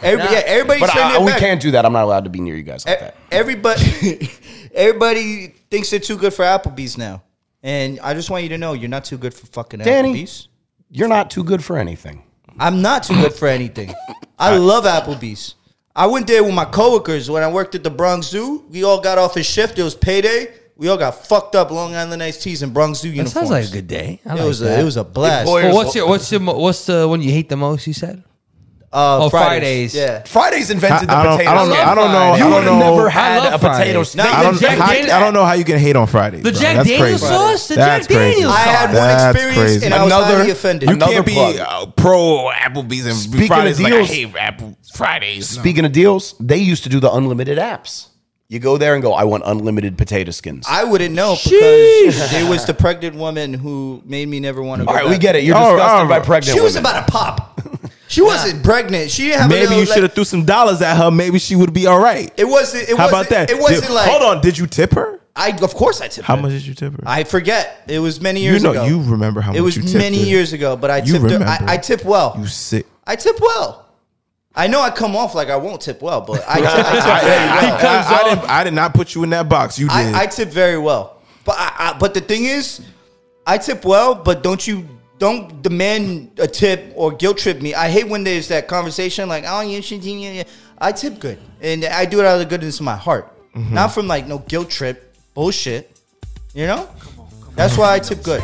Everybody, yeah, everybody
But
turn
I,
their
we
back.
can't do that. I'm not allowed to be near you guys
Eh.
like
E-
that.
Everybody, everybody thinks they're too good for Applebee's now. And I just want you to know, you're not too good for fucking
Danny.
Applebee's.
You're not too good for anything.
I'm not too good for anything. I love Applebee's. I went there with my coworkers when I worked at the Bronx Zoo. We all got off his shift. It was payday. We all got fucked up Long Island iced teas and Bronx Zoo
That
uniforms.
sounds like a good day. I
It
like
was
that.
a, it was a blast.
Employer-
Well, what's your what's your mo- what's the one you hate the most? You said.
Uh,
Oh, Fridays.
Yeah.
Fridays
I,
invented
I
the
don't,
potato.
I don't,
snap.
I don't know. I
You would
don't
have
know.
never had
love
a potato
Fridays.
snap.
I don't,
The Jack
how,
Daniel-
I don't know how you can hate on Fridays.
The
bro.
Jack
That's
Daniel
crazy.
sauce? The
That's
Jack
crazy.
Daniel
I had one
That's
experience
crazy.
and I was
Another-
highly offended.
You
Another
can't be
plug.
uh, pro Applebee's and
Speaking of
Fridays. like, I
deals-
hate Apple Fridays.
Speaking of deals, they used to do the unlimited apps. You go there and go, I want unlimited potato skins.
I wouldn't know because it was the pregnant woman who made me never want to.
All
go
right, we
back.
get it. You're
All right,
disgusted
all right.
by pregnant
She was
women.
about to pop. She wasn't pregnant. She didn't have. a
Maybe
little,
you should have
like-
threw some dollars at her. Maybe she would be all right.
It wasn't. It
How
wasn't,
about that?
It wasn't
Did-
like.
Hold on. Did you tip her?
I of course I tipped.
How
her.
much did you tip her?
I forget. It was many
you
years
know,
ago.
you remember how
It
much
was
you tipped
many
her.
years ago, but I
You
tipped. Her. I,
remember.
I tip well.
You sick.
I tip well. I know I come off like I won't tip well, but I, tip- I tip very well.
I, I, I, didn't, I did not put you in that box. You did.
I, I tip very well, but I, I, but the thing is, I tip well, but don't you don't demand a tip or guilt trip me. I hate when there's that conversation like, oh, you should. you- you-" I tip good, and I do it out of the goodness of my heart,
Mm-hmm.
not from like no guilt trip bullshit. You know, that's why I tip good.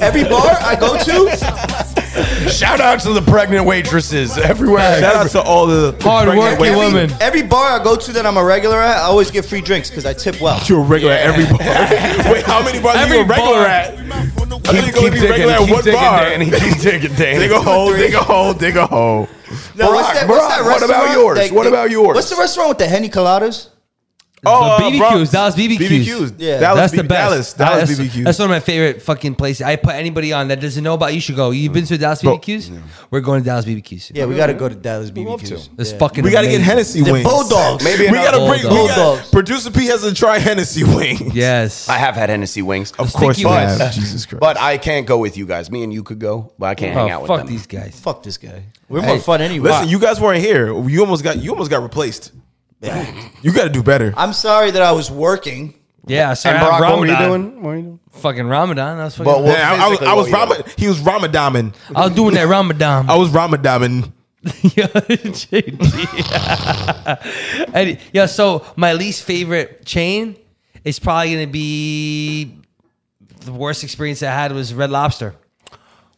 Every bar I go to,
Shout out to the pregnant waitresses everywhere.
Shout out to all the
Hard
pregnant
working
women.
women.
every, every bar I go to that I'm a regular at, I always get free drinks because I tip well.
You're a regular at every bar. Wait, how many bars
Every
you a regular
bar.
at? I
Keep,
think you
keep
be
digging,
regular at
keep
one
digging,
bar.
Danny. Keep digging, Danny.
Dig a hole, dig a hole, dig a hole.
No, what's
Barack,
that, what's that
Barack, what about
restaurant
yours?
that-
What
that-
about yours?
What's the restaurant with the henny coladas?
Oh,
But
uh,
BBQs,
Bronx.
Dallas BBQs.
BBQs. Yeah. Dallas
that's the
B-
best.
Dallas- Dallas
that's,
BBQs.
That's one of my favorite fucking places. I put anybody on that doesn't know about. You should go. You've been to Dallas BBQs. We're going to Dallas BBQs.
Yeah, we got to go to Dallas
love to.
BBQs.
It's
Yeah.
fucking.
We got to get
amazing.
Hennessy
The
wings.
Bulldogs.
Maybe
we
another
gotta bring. We
Bulldog.
gotta, Producer P has to try Hennessy wings.
Yes.
I have had Hennessy wings,
Of course
Sticky
you
wings.
have. Jesus Christ.
but I can't go with you guys. Me and you could go, but I can't hang out
oh,
with
fuck
them.
these guys.
Fuck this guy. We're more
Hey,
fun anyway.
listen, you guys weren't here. You almost got. You almost got replaced. You got to do better.
I'm sorry that I was working.
Yeah. Sorry,
And
I have
Barack, what were you
Ramadan.
doing? What were you doing?
Fucking Ramadan. I was fucking.
But what-
Yeah, I, I was, I was
physically,
Rama, he was Ramadamin.
I was doing that Ramadan.
I was Ramadamin.
Yo, JG. And, yeah, so my least favorite chain is probably gonna be the worst experience I had was Red Lobster.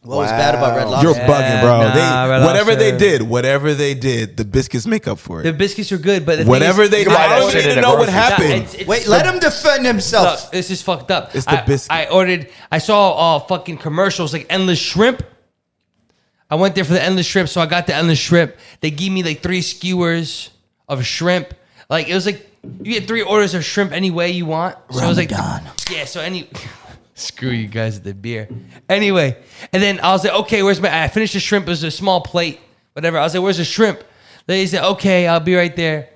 What was bad about Red
You're
Lobster?
bugging, bro.
"Eh, nah,
they,
Red
whatever
Lobster.
they did, whatever they did, the biscuits make up for it.
The biscuits are good, but the thing
whatever
is-
they,
buy
I
that
don't
shit
even
at a
know what
grocery store.
happened.
Nah, it's- it's-
Wait, let him defend
Look,
himself.
this is fucked up.
It's the
I,
biscuit.
I ordered. I saw uh, fucking commercials like endless shrimp. I went there for the endless shrimp, so I got the endless shrimp. They gave me like three skewers of shrimp. Like it was like you get three orders of shrimp any way you want. So it was like yeah. So any screw you guys at the beer. Anyway, and then I was like, okay, where's my? I finished the shrimp. It was a small plate, whatever. I was like, where's the shrimp? They said, okay, I'll be right there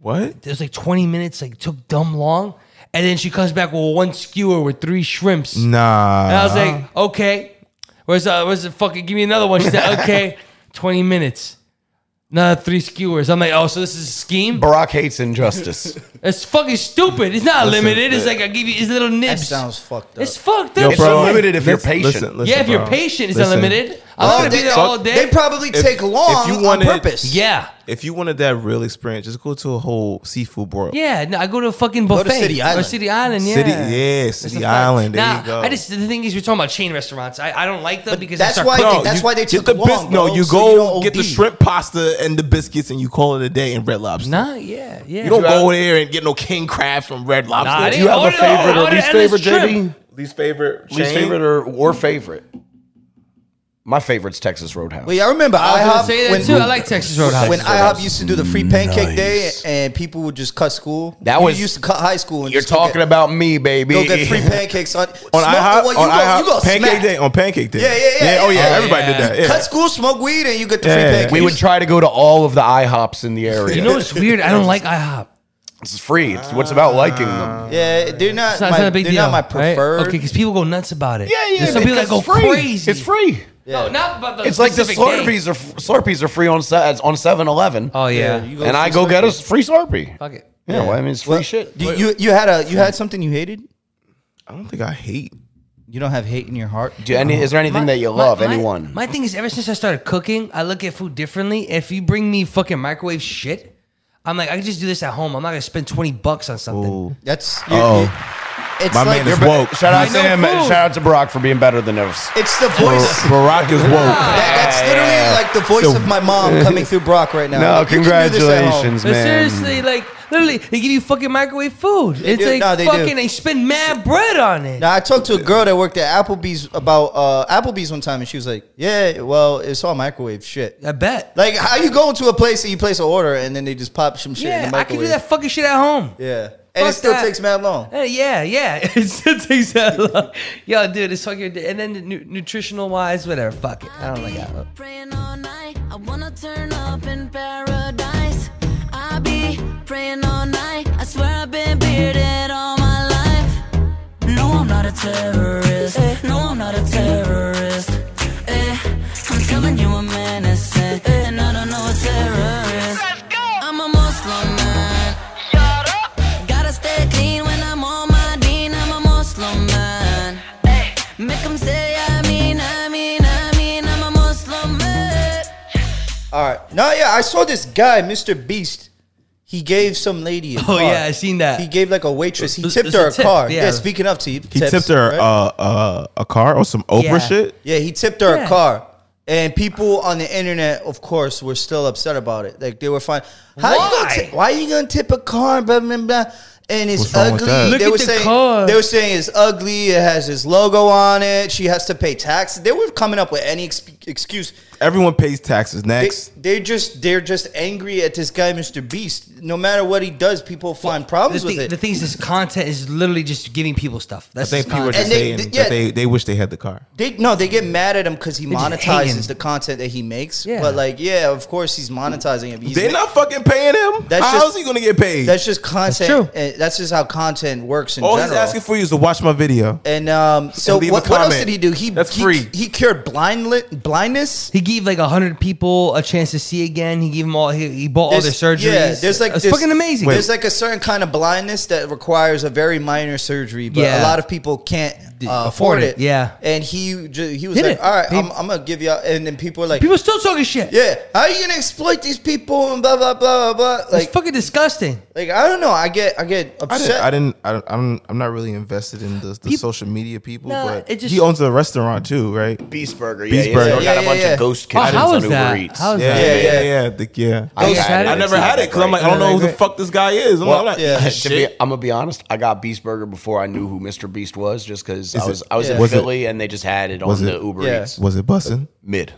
what?
it was like 20 minutes, like took dumb long. And then she comes back with one skewer with three shrimps.
Nah.
And I was like, okay, where's uh, where's the fucking, give me another one. She said, okay, 20 minutes. Another three skewers. I'm like, oh, so this is a scheme?
Barack hates injustice.
It's fucking stupid. It's not limited. It's like I give you these little
That
nibs.
sounds fucked up.
it's fucked up.
It's unlimited if you're patient.
yeah, if you're
bro.
patient, it's
Listen.
unlimited. I'm
Oh,
gonna be
they-
there all day.
They probably
If-
take long
if you
on
wanted-
purpose.
yeah.
If you wanted that real experience, just go to a whole seafood broil.
Yeah, no, I go to a fucking
to
buffet.
City Island.
Or City Island, yeah.
City- yeah,
It's
City
a fact.
Island, there
Nah,
you go.
I just the thing is, we're talking about chain restaurants. I, I don't like them because
that's
that's
why
why.
they- that's why they
get
took
the
long,
bis- No,
bro,
you
so you
go
don't
get the
OD.
shrimp pasta and the biscuits, and you call it a day in Red Lobster.
nah, yeah, yeah.
You don't go there and get no king crab from Red Lobster.
Nah,
Do
they
you have
order-
a favorite
order
or
the
least
endless
favorite, JD?
shrimp.
Least favorite,
Least
chain?
favorite or, or favorite? My favorite's Texas Roadhouse.
Wait, I remember
I was gonna
IHOP
say that
when,
too. I like Texas Roadhouse.
when IHOP used to do the free pancake day
Nice.
and people would just cut school.
That
you
was-
used to cut high school. And
You're
just go
talking
get,
about me, baby.
go get free pancakes on
on
smoke
IHOP,
what you
on
go-
IHOP,
you go
pancake
smack.
day on pancake day.
Yeah, yeah, yeah,
Oh
yeah.
yeah,
Oh,
everybody
yeah.
did that. Yeah.
Cut school, smoke weed, and you get the
Yeah.
free pancakes.
we would try to go to all of the IHOPs in the area.
You know what's weird? I don't like IHOP.
it's free. It's what's about liking them.
Yeah, they're not.
It's not,
my,
it's not a big
they're
deal.
not my
right?
preferred.
Okay, because people go nuts about it.
Yeah, yeah.
There's some people that
because
go
it's free.
crazy.
It's free.
No, not about the.
It's like the
specific day.
Slurpees are Slurpees are free on se- on Seven Eleven.
Oh yeah.
you
and I go get a free Slurpee.
Fuck it.
Yeah, well, I mean it's free shit.
Do you you had a you had something you hated?
I don't think I hate.
You don't have hate in your heart.
Do any, is there anything that you
My-
love?
my-
anyone?
My thing is, ever since I started cooking, I look at food differently. If you bring me fucking microwave shit, I'm like, I can just do this at home. I'm not gonna spend twenty bucks on something.
That's you-
Oh.
you- It's
My
like
man is
you're-
woke.
shout out
I
to
know
him.
food.
Shout out to Barack for being better than us.
It's the voice.
Barack is woke.
That- that's literally like the voice
So-
of my mom coming through Brock right now.
No,
Like, you can do this at home.
congratulations,
But
man.
seriously, like literally, they give you fucking microwave food. It's
do.
like
No, they do.
fucking they spend mad bread on it.
Now I talked to a girl that worked at Applebee's about uh, Applebee's one time, and she was like, "Yeah, well, it's all microwave shit."
I bet.
Like, how you going to a place and you place an order and then they just pop some shit in
yeah,
the
I can
microwave?
do that fucking shit at home.
Yeah, and it
Fuck
still
that.
takes mad long.
Hey, yeah, yeah. It still takes that long. Yo, dude, it's fucking. And then the nu- nutritional wise, whatever. Fuck it. I don't like that.
praying all night. I wanna turn up in paradise. I be praying all night. I swear I've been bearded all my life. No, I'm not a terrorist. No, I'm not a terrorist. Eh, I'm telling you, I'm innocent, and I don't know a terrorist. I'm a Muslim man. Gotta stay clean when I'm on my dean. I'm a Muslim man. Make 'em say, I mean, I mean, I mean, I'm a Muslim man.
All right, no, yeah, I saw this guy, Mr. Beast. He gave some lady. A
Oh
car.
yeah, I seen that.
He gave like a waitress. He
It's-
tipped
it's
her
a
a
tip,
car. Yeah.
yeah.
speaking of tip,
He
tips,
tipped her
right?
uh, uh, a car or some Oprah
Yeah.
shit.
Yeah, he tipped her a
Yeah.
car. And people on the internet, of course, were still upset about it. Like they were fine. How You gonna
Why?
tip- why you gonna tip a car? Blah blah blah. And it's
What's wrong with
ugly.
that?
Look
they
at
were
the
saying
car.
they were saying it's ugly. It has his logo on it. She has to pay taxes. They were coming up with any ex- excuse
Everyone pays taxes. Next,
They, are just they're just angry at this guy, Mr. Beast. No matter what he does, people find problems
the,
with
thing,
it.
the thing is, this content is literally just giving people stuff.
I
That's
think
his
people are
content.
just
And they-
saying
yeah.
that they, they wish they had the car.
They no, they get mad at him because he
just hate him.
monetizes the content that he makes. But like, yeah, of course he's monetizing it. He's
They're
ma-
not fucking paying him.
That's
How's
just-
he gonna get paid?
That's just content. and That's just how content works in
All
general.
he's asking for you is to watch my video.
and um, so
And leave a
what, what else
comment.
did he do? He
That's
he,
free.
He cured blindli- blindness.
He gave like hundred people a chance to see again. He gave them all. He, he bought all their surgeries.
Yeah, there's like
it's
this-
fucking amazing.
There's like a certain kind of blindness that requires a very minor surgery, but a
Yeah.
lot of people can't
D-
uh,
afford
afford
it,
it.
yeah.
and he ju- he was
Did
like,
it.
"All right,
They-
I'm, I'm gonna give y'all," and then people are like,
people still talking shit.
"Yeah, how are you gonna exploit these people?" and blah blah blah blah blah. Like,
it's fucking disgusting.
like I don't know. I get I get
I
upset.
didn't. I didn't. I don't, I'm. I'm not really invested in the, the social media people.
Nah,
but
it just-
he owns a restaurant too, right?
Beast Burger. Yeah,
Beast
yeah,
Burger.
so I got
Yeah,
a
yeah,
bunch
yeah.
of ghost
Oh,
kitchens
how
on
is
Uber
that?
Eats.
How is
Yeah,
that?
yeah,
Yeah,
yeah,
yeah.
yeah. The, yeah.
I
I,
had it.
never
It's
had
not
it because I'm like,
great.
oh, I don't know who the
great.
fuck this guy is. I'm
Well,
like,
yeah.
yeah,
to be, I'm gonna be honest. I got Beast Burger before I knew who Mr. Beast was, just because I
it-
was I was in
Was it-
Philly and they just had it
was
on
it-
the Uber
Yeah.
Eats
Was it busting?
mid.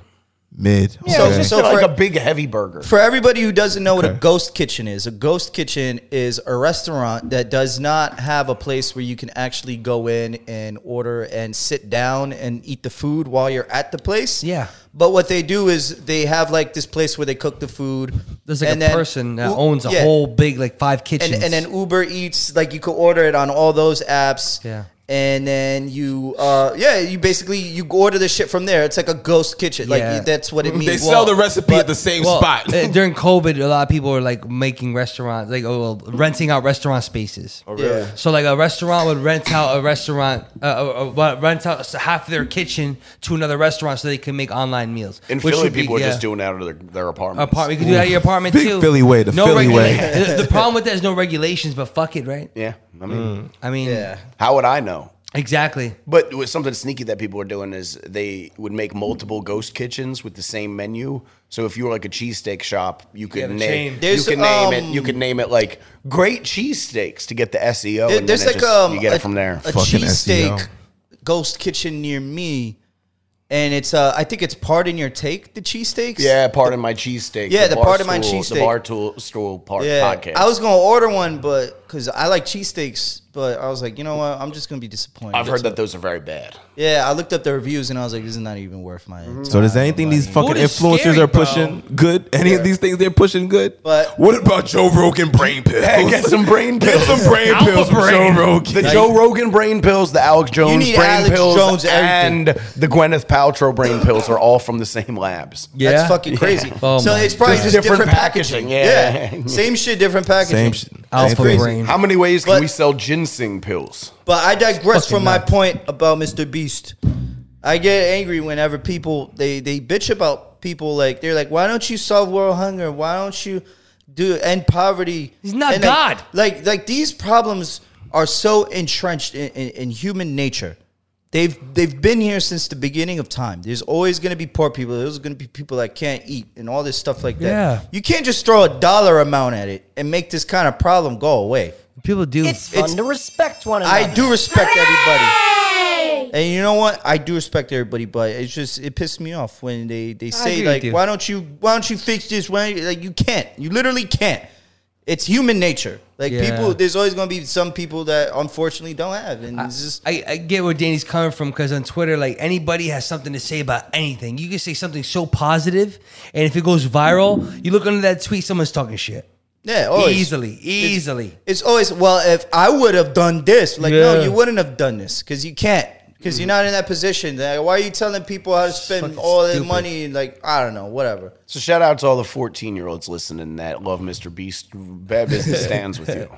Mid.
Yeah,
Okay.
it was
So
So for-
like a big heavy burger.
For everybody who doesn't know what
Okay.
a ghost kitchen is, a ghost kitchen is a restaurant that does not have a place where you can actually go in and order and sit down and eat the food while you're at the place.
Yeah.
But what they do is they have like this place where they cook the food.
There's like
and
a
then-
person that
Ooh,
owns a
yeah.
whole big like five kitchens.
And, and then Uber Eats, like you could order it on all those apps.
Yeah.
And then you, uh, yeah, you basically you order the shit from there. It's like a ghost kitchen. Like
Yeah.
that's what it means.
They sell the
Well,
recipe at the same
Well,
spot.
uh, during COVID, a lot of people were like making restaurants, like oh, well, renting out restaurant spaces.
Oh,
Yeah.
So like a restaurant would rent out a restaurant, uh, uh, uh, rent out half their kitchen to another restaurant so they can make online meals.
In
which
Philly,
would be-
people are
yeah.
just doing that out of their, their apartments.
Apart, you can do that at your apartment
Big
too.
Philly way, the Philly
regula-
way.
the- the problem with that is no regulations, but fuck it, right?
Yeah, I mean,
I mean,
Yeah.
how would I know?
exactly.
But with something sneaky that people were doing is they would make multiple ghost kitchens with the same menu. So if you were like a cheesesteak shop, you could
have a chain.
name you
There's,
could name it
um,
you could name it like great cheesesteaks to get the SEO.
There-
Oh, and
there's
then it
like
just-
um,
you get
a,
it from there.
a
Fucking SEO.
E
cheesesteak ghost kitchen near me, and it's uh, I think it's part in your take the cheesesteaks.
Yeah, part of my cheesesteak.
Yeah, the
bar
part of my
stool-
cheesesteak.
The bar tool, stool part
yeah.
podcast.
I was gonna order one, but because I like cheesesteaks, but I was like, you know what, I'm just gonna be disappointed.
I've heard that those are very bad.
Yeah, I looked up the reviews and I was like, this is not even worth my.
So does anything these fucking
Food is
influencers
scary,
are
bro.
pushing good? Any of these things they're pushing good?
But-
what about Joe Rogan brain pills?
get some brain pills.
Get some brain
Alpha
pills from Joe
brain.
Rogan.
The Joe Rogan brain pills, the Alex Jones
need
brain
Alex
pills,
Jones everything.
and the Gwyneth Paltrow brain pills are all from the same labs.
Yeah,
That's fucking crazy.
Oh
so
my
it's probably
God.
just different,
Different
packaging.
packaging, yeah.
same shit, different packaging.
Same shit. Same
alpha
thing.
brain.
How many ways can
But-
we sell ginseng pills?
But I digress
Fucking
from my
nuts.
point about Mr. Beast. I get angry whenever people they they bitch about people like they're like, why don't you solve world hunger? Why don't you do end poverty?
He's not
And,
God.
Like, like like these problems are so entrenched in, in, in human nature. They've they've been here since the beginning of time. There's always going to be poor people. There's going to be people that can't eat and all this stuff like that.
Yeah.
You can't just throw a dollar amount at it and make this kind of problem go away.
People do.
It's fun
It's-
to respect one another.
I do respect everybody. And you know what? I do respect everybody, but it's just it pissed me off when they they say
agree with
like,
you.
"Why don't you why don't you fix this?" Why like you can't. You literally can't. It's human nature. Like
Yeah.
people, there's always going to be some people that unfortunately don't have, and it's just
I, I get where Danny's coming from because on Twitter, like anybody has something to say about anything. You can say something so positive, and if it goes viral, you look under that tweet, someone's talking shit.
yeah, always.
Easily, easily.
It's always well. If I would have done this, like no,
Yeah. Mm-hmm.
you wouldn't have done this because you can't because you're not in that position. Like, why are you telling people how to spend
fucking
all their
stupid.
money? Like I don't know, whatever.
So shout out to all the 14 year olds listening that love Mr. Beast. Bad business stands with you.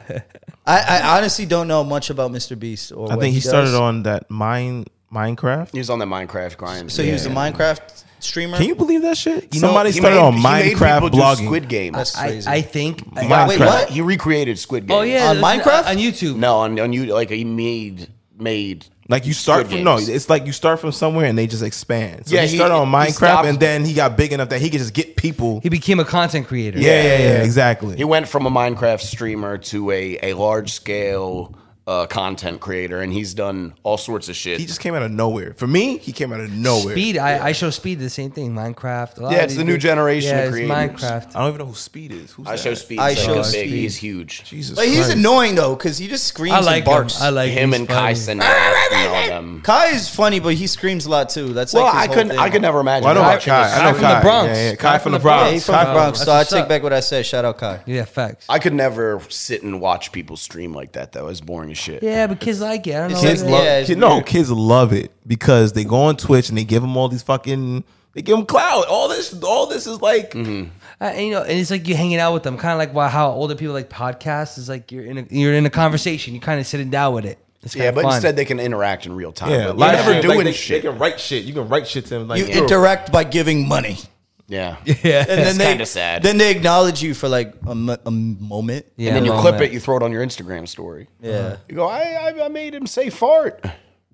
I, I honestly don't know much about Mr. Beast. Or
I think he started on that mine Minecraft.
He was on that Minecraft grind.
So he was a
Yeah.
Minecraft streamer.
Can you believe that shit?
No,
Somebody
he
started
made-
on
he made people
Minecraft
do
blogging.
Squid Game.
That's
I,
crazy.
I think.
Minecraft.
Wait, what?
He recreated Squid Game.
Oh yeah,
On
there's an-
Minecraft?
on YouTube.
No, on, on you like he made made
Like you start
Squid
from no,
Games.
it's like you start from somewhere and they just expand. So
Yeah,
he,
he-
started on
he stopped-
Minecraft and then he got big enough that he could just get people.
He became a content creator.
yeah, yeah, yeah, exactly.
He went from a Minecraft streamer to a, a large scale uh, content creator, and he's done all sorts of shit.
He just came out of nowhere. For me, he came out of nowhere.
Speed. I, I show Speed the same thing. Minecraft. a lot
Yeah,
of
it's
these
the new
dudes-
generation
Yeah, it's
of creators.
Minecraft.
I don't even know who Speed is. Who's
I
that?
show speed.
I
I
show
show
Speed.
big. He's huge.
Jesus.
But he's
Christ.
annoying though, because he just screams
I like
and barks.
him. I like
Him
he's
and
funny.
Kyson and all them.
Kai is funny, but he screams a lot too. That's
Well,
like his
I
whole
couldn't.
thing.
I could never imagine.
Well, I know about
watching
Kai.
this.
I know
from the
Kai.
Bronx.
Yeah, yeah, Kai from the
Yeah,
Yeah,
Bronx.
he's from the
Kai-
Bronx, so I
That's what's
take
up.
back what I said. Shout out Kai.
Yeah, facts.
I could never sit and watch people stream like that. That was boring as shit.
yeah, but kids like it. I don't know.
Kids
what
like-
it
love
Yeah, it's
kid- no
weird.
kids love it because they go on Twitch and they give them all these fucking they give them clout. All this all this is like
Mm-hmm.
Uh, and, you know, and it's like you hanging out with them, kind of like why how older people like podcasts is like you're in a, you're in a conversation, you're kind of sitting down with it. It's
Yeah,
kinda
but
fun.
instead they can interact in real time.
yeah,
but
live
they're never
stream, like,
doing
they,
shit.
They can write shit. You can write shit to them like
You
yo,
interact by giving money,
yeah,
yeah,
and then they
kinda sad.
then they acknowledge you for like a, mo- a moment.
yeah,
and then you
moment.
clip it, you throw it on your Instagram story.
Yeah.
You go, I, I, I made him say fart.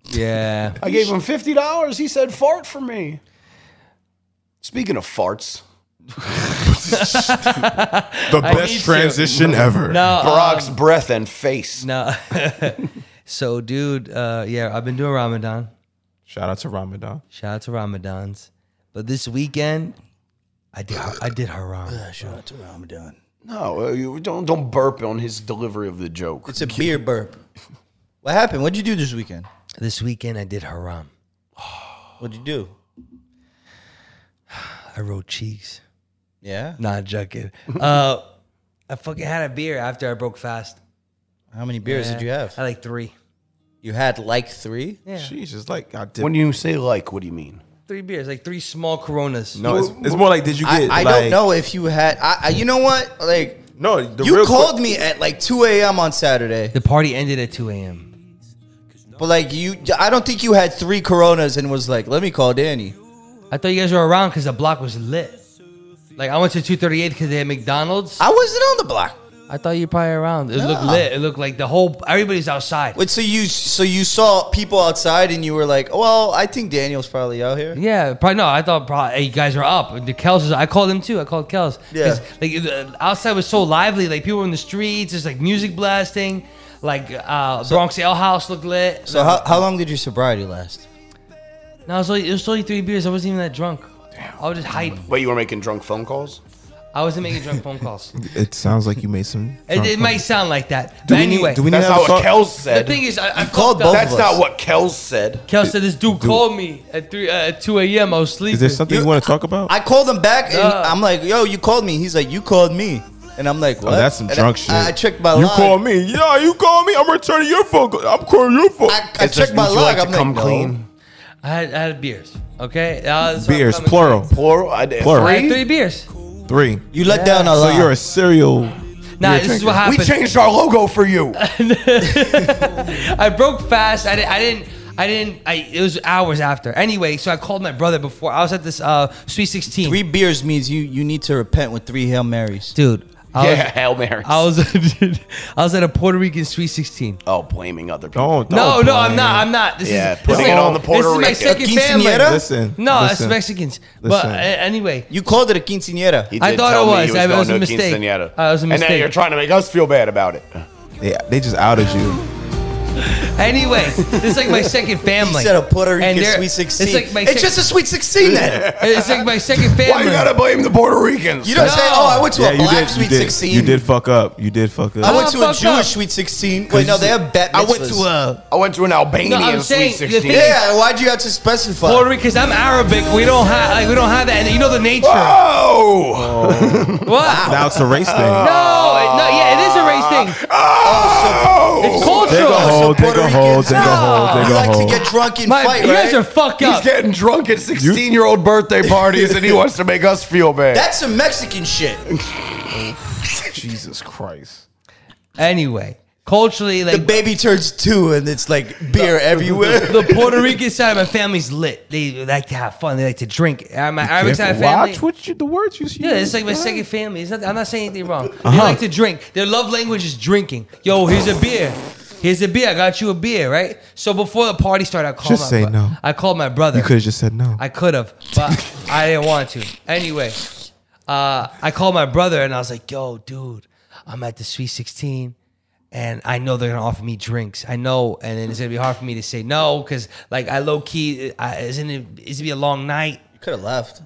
Yeah,
I gave him fifty dollars. He said fart for me. Speaking of farts,
the
need to.
best transition ever.
no, uh,
Barack's breath and face.
no. so, dude, uh, yeah, I've been doing Ramadan.
Shout out to Ramadan.
Shout out to Ramadans, but this weekend I did I did haram.
Shout out to Ramadan.
No, uh, you don't don't burp on his delivery of the joke.
It's a beer burp. What happened? What'd you do this weekend?
This weekend I did haram.
What'd you do?
I rolled cheeks.
Yeah.
Not joking. Uh, I fucking had a beer after I broke fast.
How many beers did you
I
have?
like three.
You had like three.
Yeah,
She's just like I did.
When you say like, what do you mean?
three beers, like three small Coronas.
no, it's, it's more like did you
I,
get?
I
like,
don't know if you had. I, I you know what? Like
No, the
you
real
called
quick-
me at like two a.m. on Saturday,
The party ended at 2 a.m.
but like you, I don't think you had three Coronas and was like, "Let me call Danny."
I thought you guys were around because the block was lit. Like I went to 238 because they had McDonald's. I,
I wasn't on the block.
thought you were probably around. It looked lit. It looked like the whole everybody's outside.
Wait, so you so you saw people outside and you were like, "Well, I think Daniel's probably out
Mm-hmm.
here."
Yeah, probably no. I thought probably hey, you guys are up. The Kels was. I called him too. I called Kels. 'Cause,
Yeah.
Like the outside was so lively. Like people were in the streets. There's like music blasting. Like uh, Bronx Ale House looked lit.
So how, how long did your sobriety last?
no, it was, only, it was only three beers. I wasn't even that drunk. I was just hype.
But you were making drunk phone calls.
I wasn't making drunk phone calls.
It sounds like you made some.
It, it might sound like that. but
we need-
anyway,
do we need
That's
Yeah,
not what
so-
Kels
the
said.
thing is, I, I
called
called both.
both
That's
of
not
us.
what Kels said.
Kels said this dude called me at three uh, at two a.m. I was sleeping.
Is there something you, want to talk about?
I called him back and
Duh.
I'm like, "Yo, you called me." He's like, "You called me," and I'm like, "What?"
Oh, that's some
And
drunk
I,
shit.
I checked my
you
log.
call me. Yeah, you call me. I'm returning your phone. call. I'm calling your phone.
I, I checked
It's just,
my
would you
log.
like to
I'm like,
come
no.
clean?
I had, I had beers. Okay, Uh, that's what I'm
Beers,
coming
plural,
Plural. I did.
Plural.
to. I had
Three?
three beers.
three.
You let down a
So
lot.
you're a serial.
Nah,
beer
this is what
drinker.
We
happened.
changed our logo for you.
I broke fast. I, di- I didn't. I didn't. I. It was hours after. Anyway, so I called my brother before. I was at this uh, Sweet Sixteen.
three beers means you you need to repent with three hail marys.
dude. I
yeah,
was,
Hail Mary.
I was. dude, I was at a Puerto Rican Sweet Sixteen.
oh, blaming other people.
Don't,
No,
don't
no, I'm
blame
not.
him.
I'm not. This
Yeah,
is this
putting
is-
it on the Puerto
This is my
Rican.
second family.
Quinceañera?
Listen,
No, it's
listen.
Mexicans. But uh,
Listen.
anyway,
You called it a quinceañera.
He
I
did
thought
tell
it
me
was.
he
I- it
going
was a
to
mistake.
quinceañera.
Uh, it was a
And now
mistake.
you're trying to make us feel bad about it.
They, they just outed you.
anyway, this is like my second family.
He said a Puerto
And
Rican
they're-
sweet sixteen.
It's like my,
it's
sec-
just a sweet sixteen then.
it's like my second family.
Why you gotta blame the Puerto Ricans?
You don't
No.
say, "Oh, I went to
Yeah,
a
you
black
did.
sweet
You did.
16.
You did fuck up. You did fuck up.
I went
Oh,
to a
fuck
Jewish
up.
sweet 16. Wait, no, they have bat mitzvahs.
a.
I went to an Albanian
No, I'm
Sweet
saying the
16.
thing-
Yeah, why'd you have to specify?
Puerto Rican, because I'm Arabic. We don't have like we don't have that. And you know the nature.
Oh!
What?
Now it's a race thing.
No, it- no, yeah, it is a race
Oh.
thing. Oh, It's
Dig a
cultural.
hole. Dig
Puerto
a hole.
Ricans-
Dig a hole.
You
Dig a
like to
hole.
get drunk and
My,
fight,
you guys
right?
are fucked
He's
up.
getting drunk at 16 year old birthday parties and he wants to make us feel bad.
That's some Mexican shit.
Jesus Christ.
anyway, culturally,
The
like the,
baby turns two and it's like beer everywhere.
Puerto Rican side of my family's lit. They like to have fun. They like to drink. Uh, My Arabic side of
Careful.
my family.
Watch what you, the words you see.
Yeah, it's like my second family. It's not, I'm not saying anything wrong.
Uh-huh.
They like to drink. Their love language is drinking. Yo, here's a beer. Here's a beer. I got you a beer, right? So before the party started, I called.
Just
my
say
bro-
no.
I called my brother.
You could have just said no.
I could have, but I didn't want to. Anyway, uh, I called my brother and I was like, "Yo, dude, I'm at the Sweet 16, and I know they're gonna offer me drinks. I know, and then it's gonna be hard for me to say no because like I low key I, isn't it? It's gonna be a long night. You
could have left.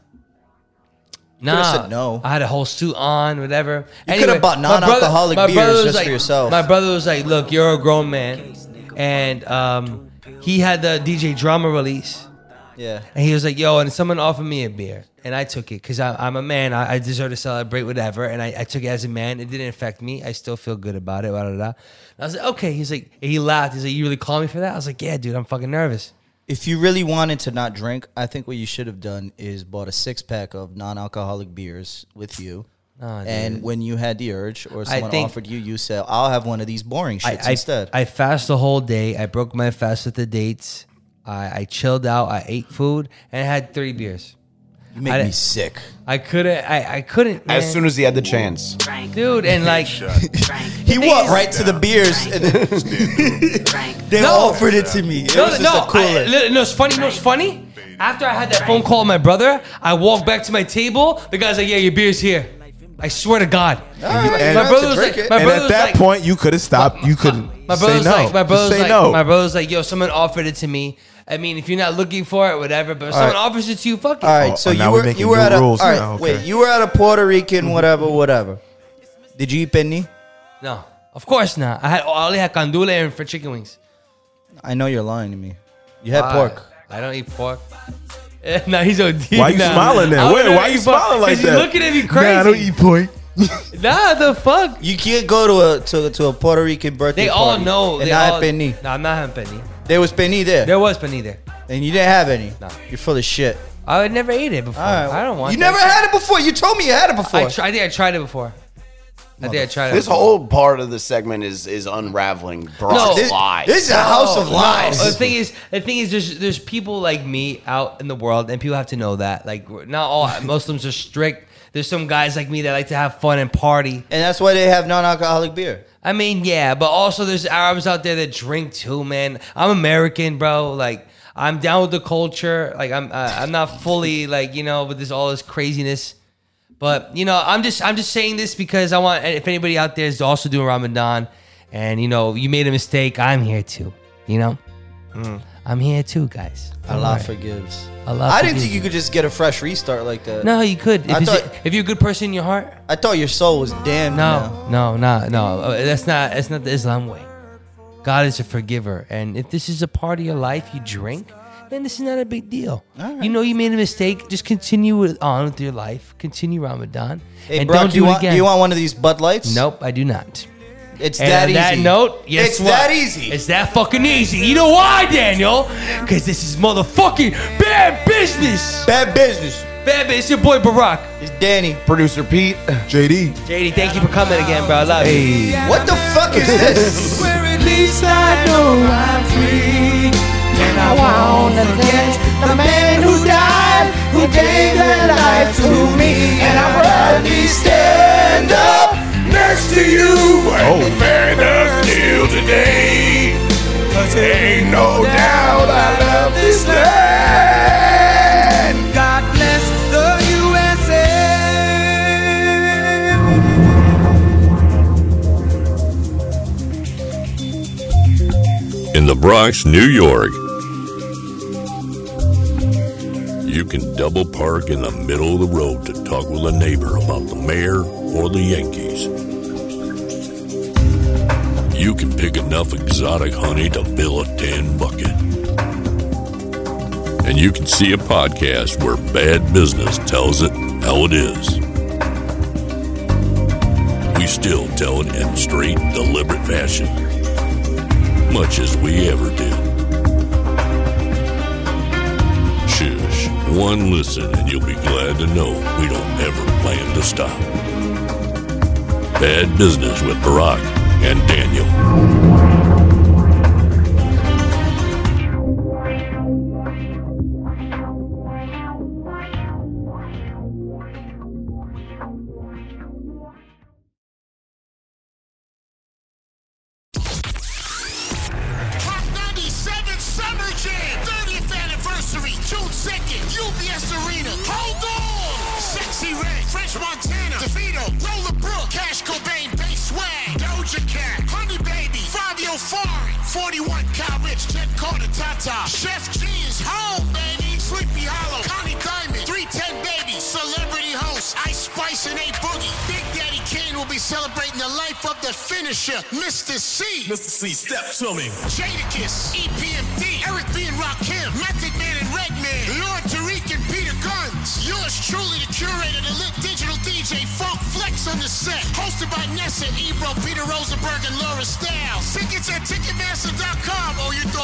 No,
coulda said no.
I had a whole suit on, whatever.
You coulda bought
my brother-
non-alcoholic
my
beers
brother was
just for
like-
yourself.
My brother was like, "Look, you're a grown man," and um, he had the DJ drama release.
Yeah.
And he was like, yo, and someone offered me a beer. And I took it because I'm a man. I, I deserve to celebrate whatever. And I, I took it as a man. It didn't affect me. I still feel good about it. Blah, blah, blah. And I was like, okay. He's like, and he laughed. He's like, you really call me for that? I was like, yeah, dude, I'm fucking nervous.
If you really wanted to not drink, I think what you should have done is bought a six pack of non alcoholic beers with you.
Nah,
and
dude.
when you had the urge or
I
someone
think-
offered you, you said, I'll have one of these boring
I,
shits
I,
instead.
I fast the whole day. I broke my fast with the dates. I, I chilled out. I ate food and I had three beers.
You make
I-
me sick.
I couldn't. I, I couldn't. man.
As soon as he had the chance.
dude, and like
He walked right to the beers. And they offered it to me. It
no,
was just
no,
a cooler.
I, li- no, it's funny. No, it's funny. After I had that phone call with my brother, I walked back to my table. The guy's like, "Yeah, your beer's here." I swear to God.
and,
my brother was like, my
and
brother
at
was
that
like,
point, you could have stopped. You couldn't
my
say
brother's
no.
like, my
Just
brother's
say
like,
no.
my brother's like, yo, someone offered it to me. I mean, if you're not looking for it, whatever. But if
All
someone
right.
offers it to you, fuck it.
All right, so you were you were at a all right, wait, you were at a Puerto Rican whatever whatever. Did you eat penne?
No, of course not. I had I only had candula and for chicken wings.
I know you're lying to me. You had
Why?
pork.
I don't eat pork. Eh, nah, he's OD.
Why you
now. I
smiling there?
don't
Wait,
ever
why you
eat pork,
smiling like
'cause
that?
You're looking at me crazy.
Nah, I don't eat pork.
Nah, the fuck.
You can't go to a to, to a Puerto Rican birthday.
They all
party
know.
And
they
I had
all,
penne.
No, I'm not having penny.
There was penne there.
There was penne there.
And you didn't have any. You're full of shit.
I would never eat it before.
All right.
I don't want.
You never had it before. You told me you had it before.
I, tr- I think I tried it before. I think I tried it.
This
before.
whole part of the segment is is unraveling
No.
Brock's
This-
lies.
this is a house of lies.
The thing is, the thing is, there's there's people like me out in the world, and people have to know that. Like, we're- not all Muslims are strict. There's some guys like me that like to have fun and party.
and that's why they have non-alcoholic beer.
I mean, yeah, but also there's Arabs out there that drink too, man. I'm American, bro. Like, I'm down with the culture. Like, I'm uh, I'm not fully like you know with this all this craziness. But you know, I'm just I'm just saying this because I want if anybody out there is also doing Ramadan, and you know you made a mistake, I'm here too. You know, I'm here too, guys. Don't
Hmm. Allah
worry.
forgives.
Allah
I didn't
forgives
think you
you.
could just get a fresh restart like that.
No, you could. If,
I
it's-
thought-
if you're a good person in your heart.
I thought your soul was damned. now.
No, no, no, no. Uh, That's not. That's not the Islam way. God is a forgiver, and if this is a part of your life you drink, then this is not a big deal. You know you made a mistake. Just continue with, on with your life. Continue Ramadan,
Hey,
and
Brock,
don't do
you
it
want,
again.
you want one of these Bud Lights?
nope, I do not.
It's
And
that
on
easy.
that note, yes,
it's that easy.
It's that fucking easy. You know why, Daniel? Because this is motherfucking bad business.
Bad business.
Bad business. It's your boy Barack.
It's Danny.
Producer Pete.
JD.
JD, thank you for coming again, bro. I love you.
What the fuck is this?
Where at least I know I'm free. And I wanna thank the man who died, who gave their life to me. And I'm proudly stand up next to you.
Oh, fair enough, still today. Ain't no doubt I love this land.
God bless the USA.
in the Bronx, New York. You can double park in the middle of the road to talk with a neighbor about the mayor or the Yankees. You can pick enough exotic honey to fill a tin bucket. And you can see a podcast where bad business tells it how it is. We still tell it in straight, deliberate fashion much as we ever did. Shush, one listen and you'll be glad to know we don't ever plan to stop. Bad Business with Barack and Daniel.
Top 97 Summer Jam, 30th anniversary, June 2nd, UBS Arena. Hold on! Sexy Red, French Montana, DeVito, Lola Brooke, Cash Cobain, Bass Swag, Doja Cat, Honey Bay 41, Kyle Rich, Ted Carter, Tata. Chef G is home, baby. Sleepy Hollow, Connie Diamond, 310 Baby, celebrity host, Ice Spice and A Boogie. Big Daddy Kane will be celebrating the life of the finisher, Mr. C. Mr. C, step to me. Jadakiss, EPMD, Eric B. and Rakim, Method Man and Redman, Lord Tariq and Peter Guns. Yours truly, the curator, the lit digital DJ, Funk Flex on the set. Hosted by Nessa, Ebro, Peter Rosenberg, and Laura Stiles. Tickets at Ticketmaster.com. Oh, you thought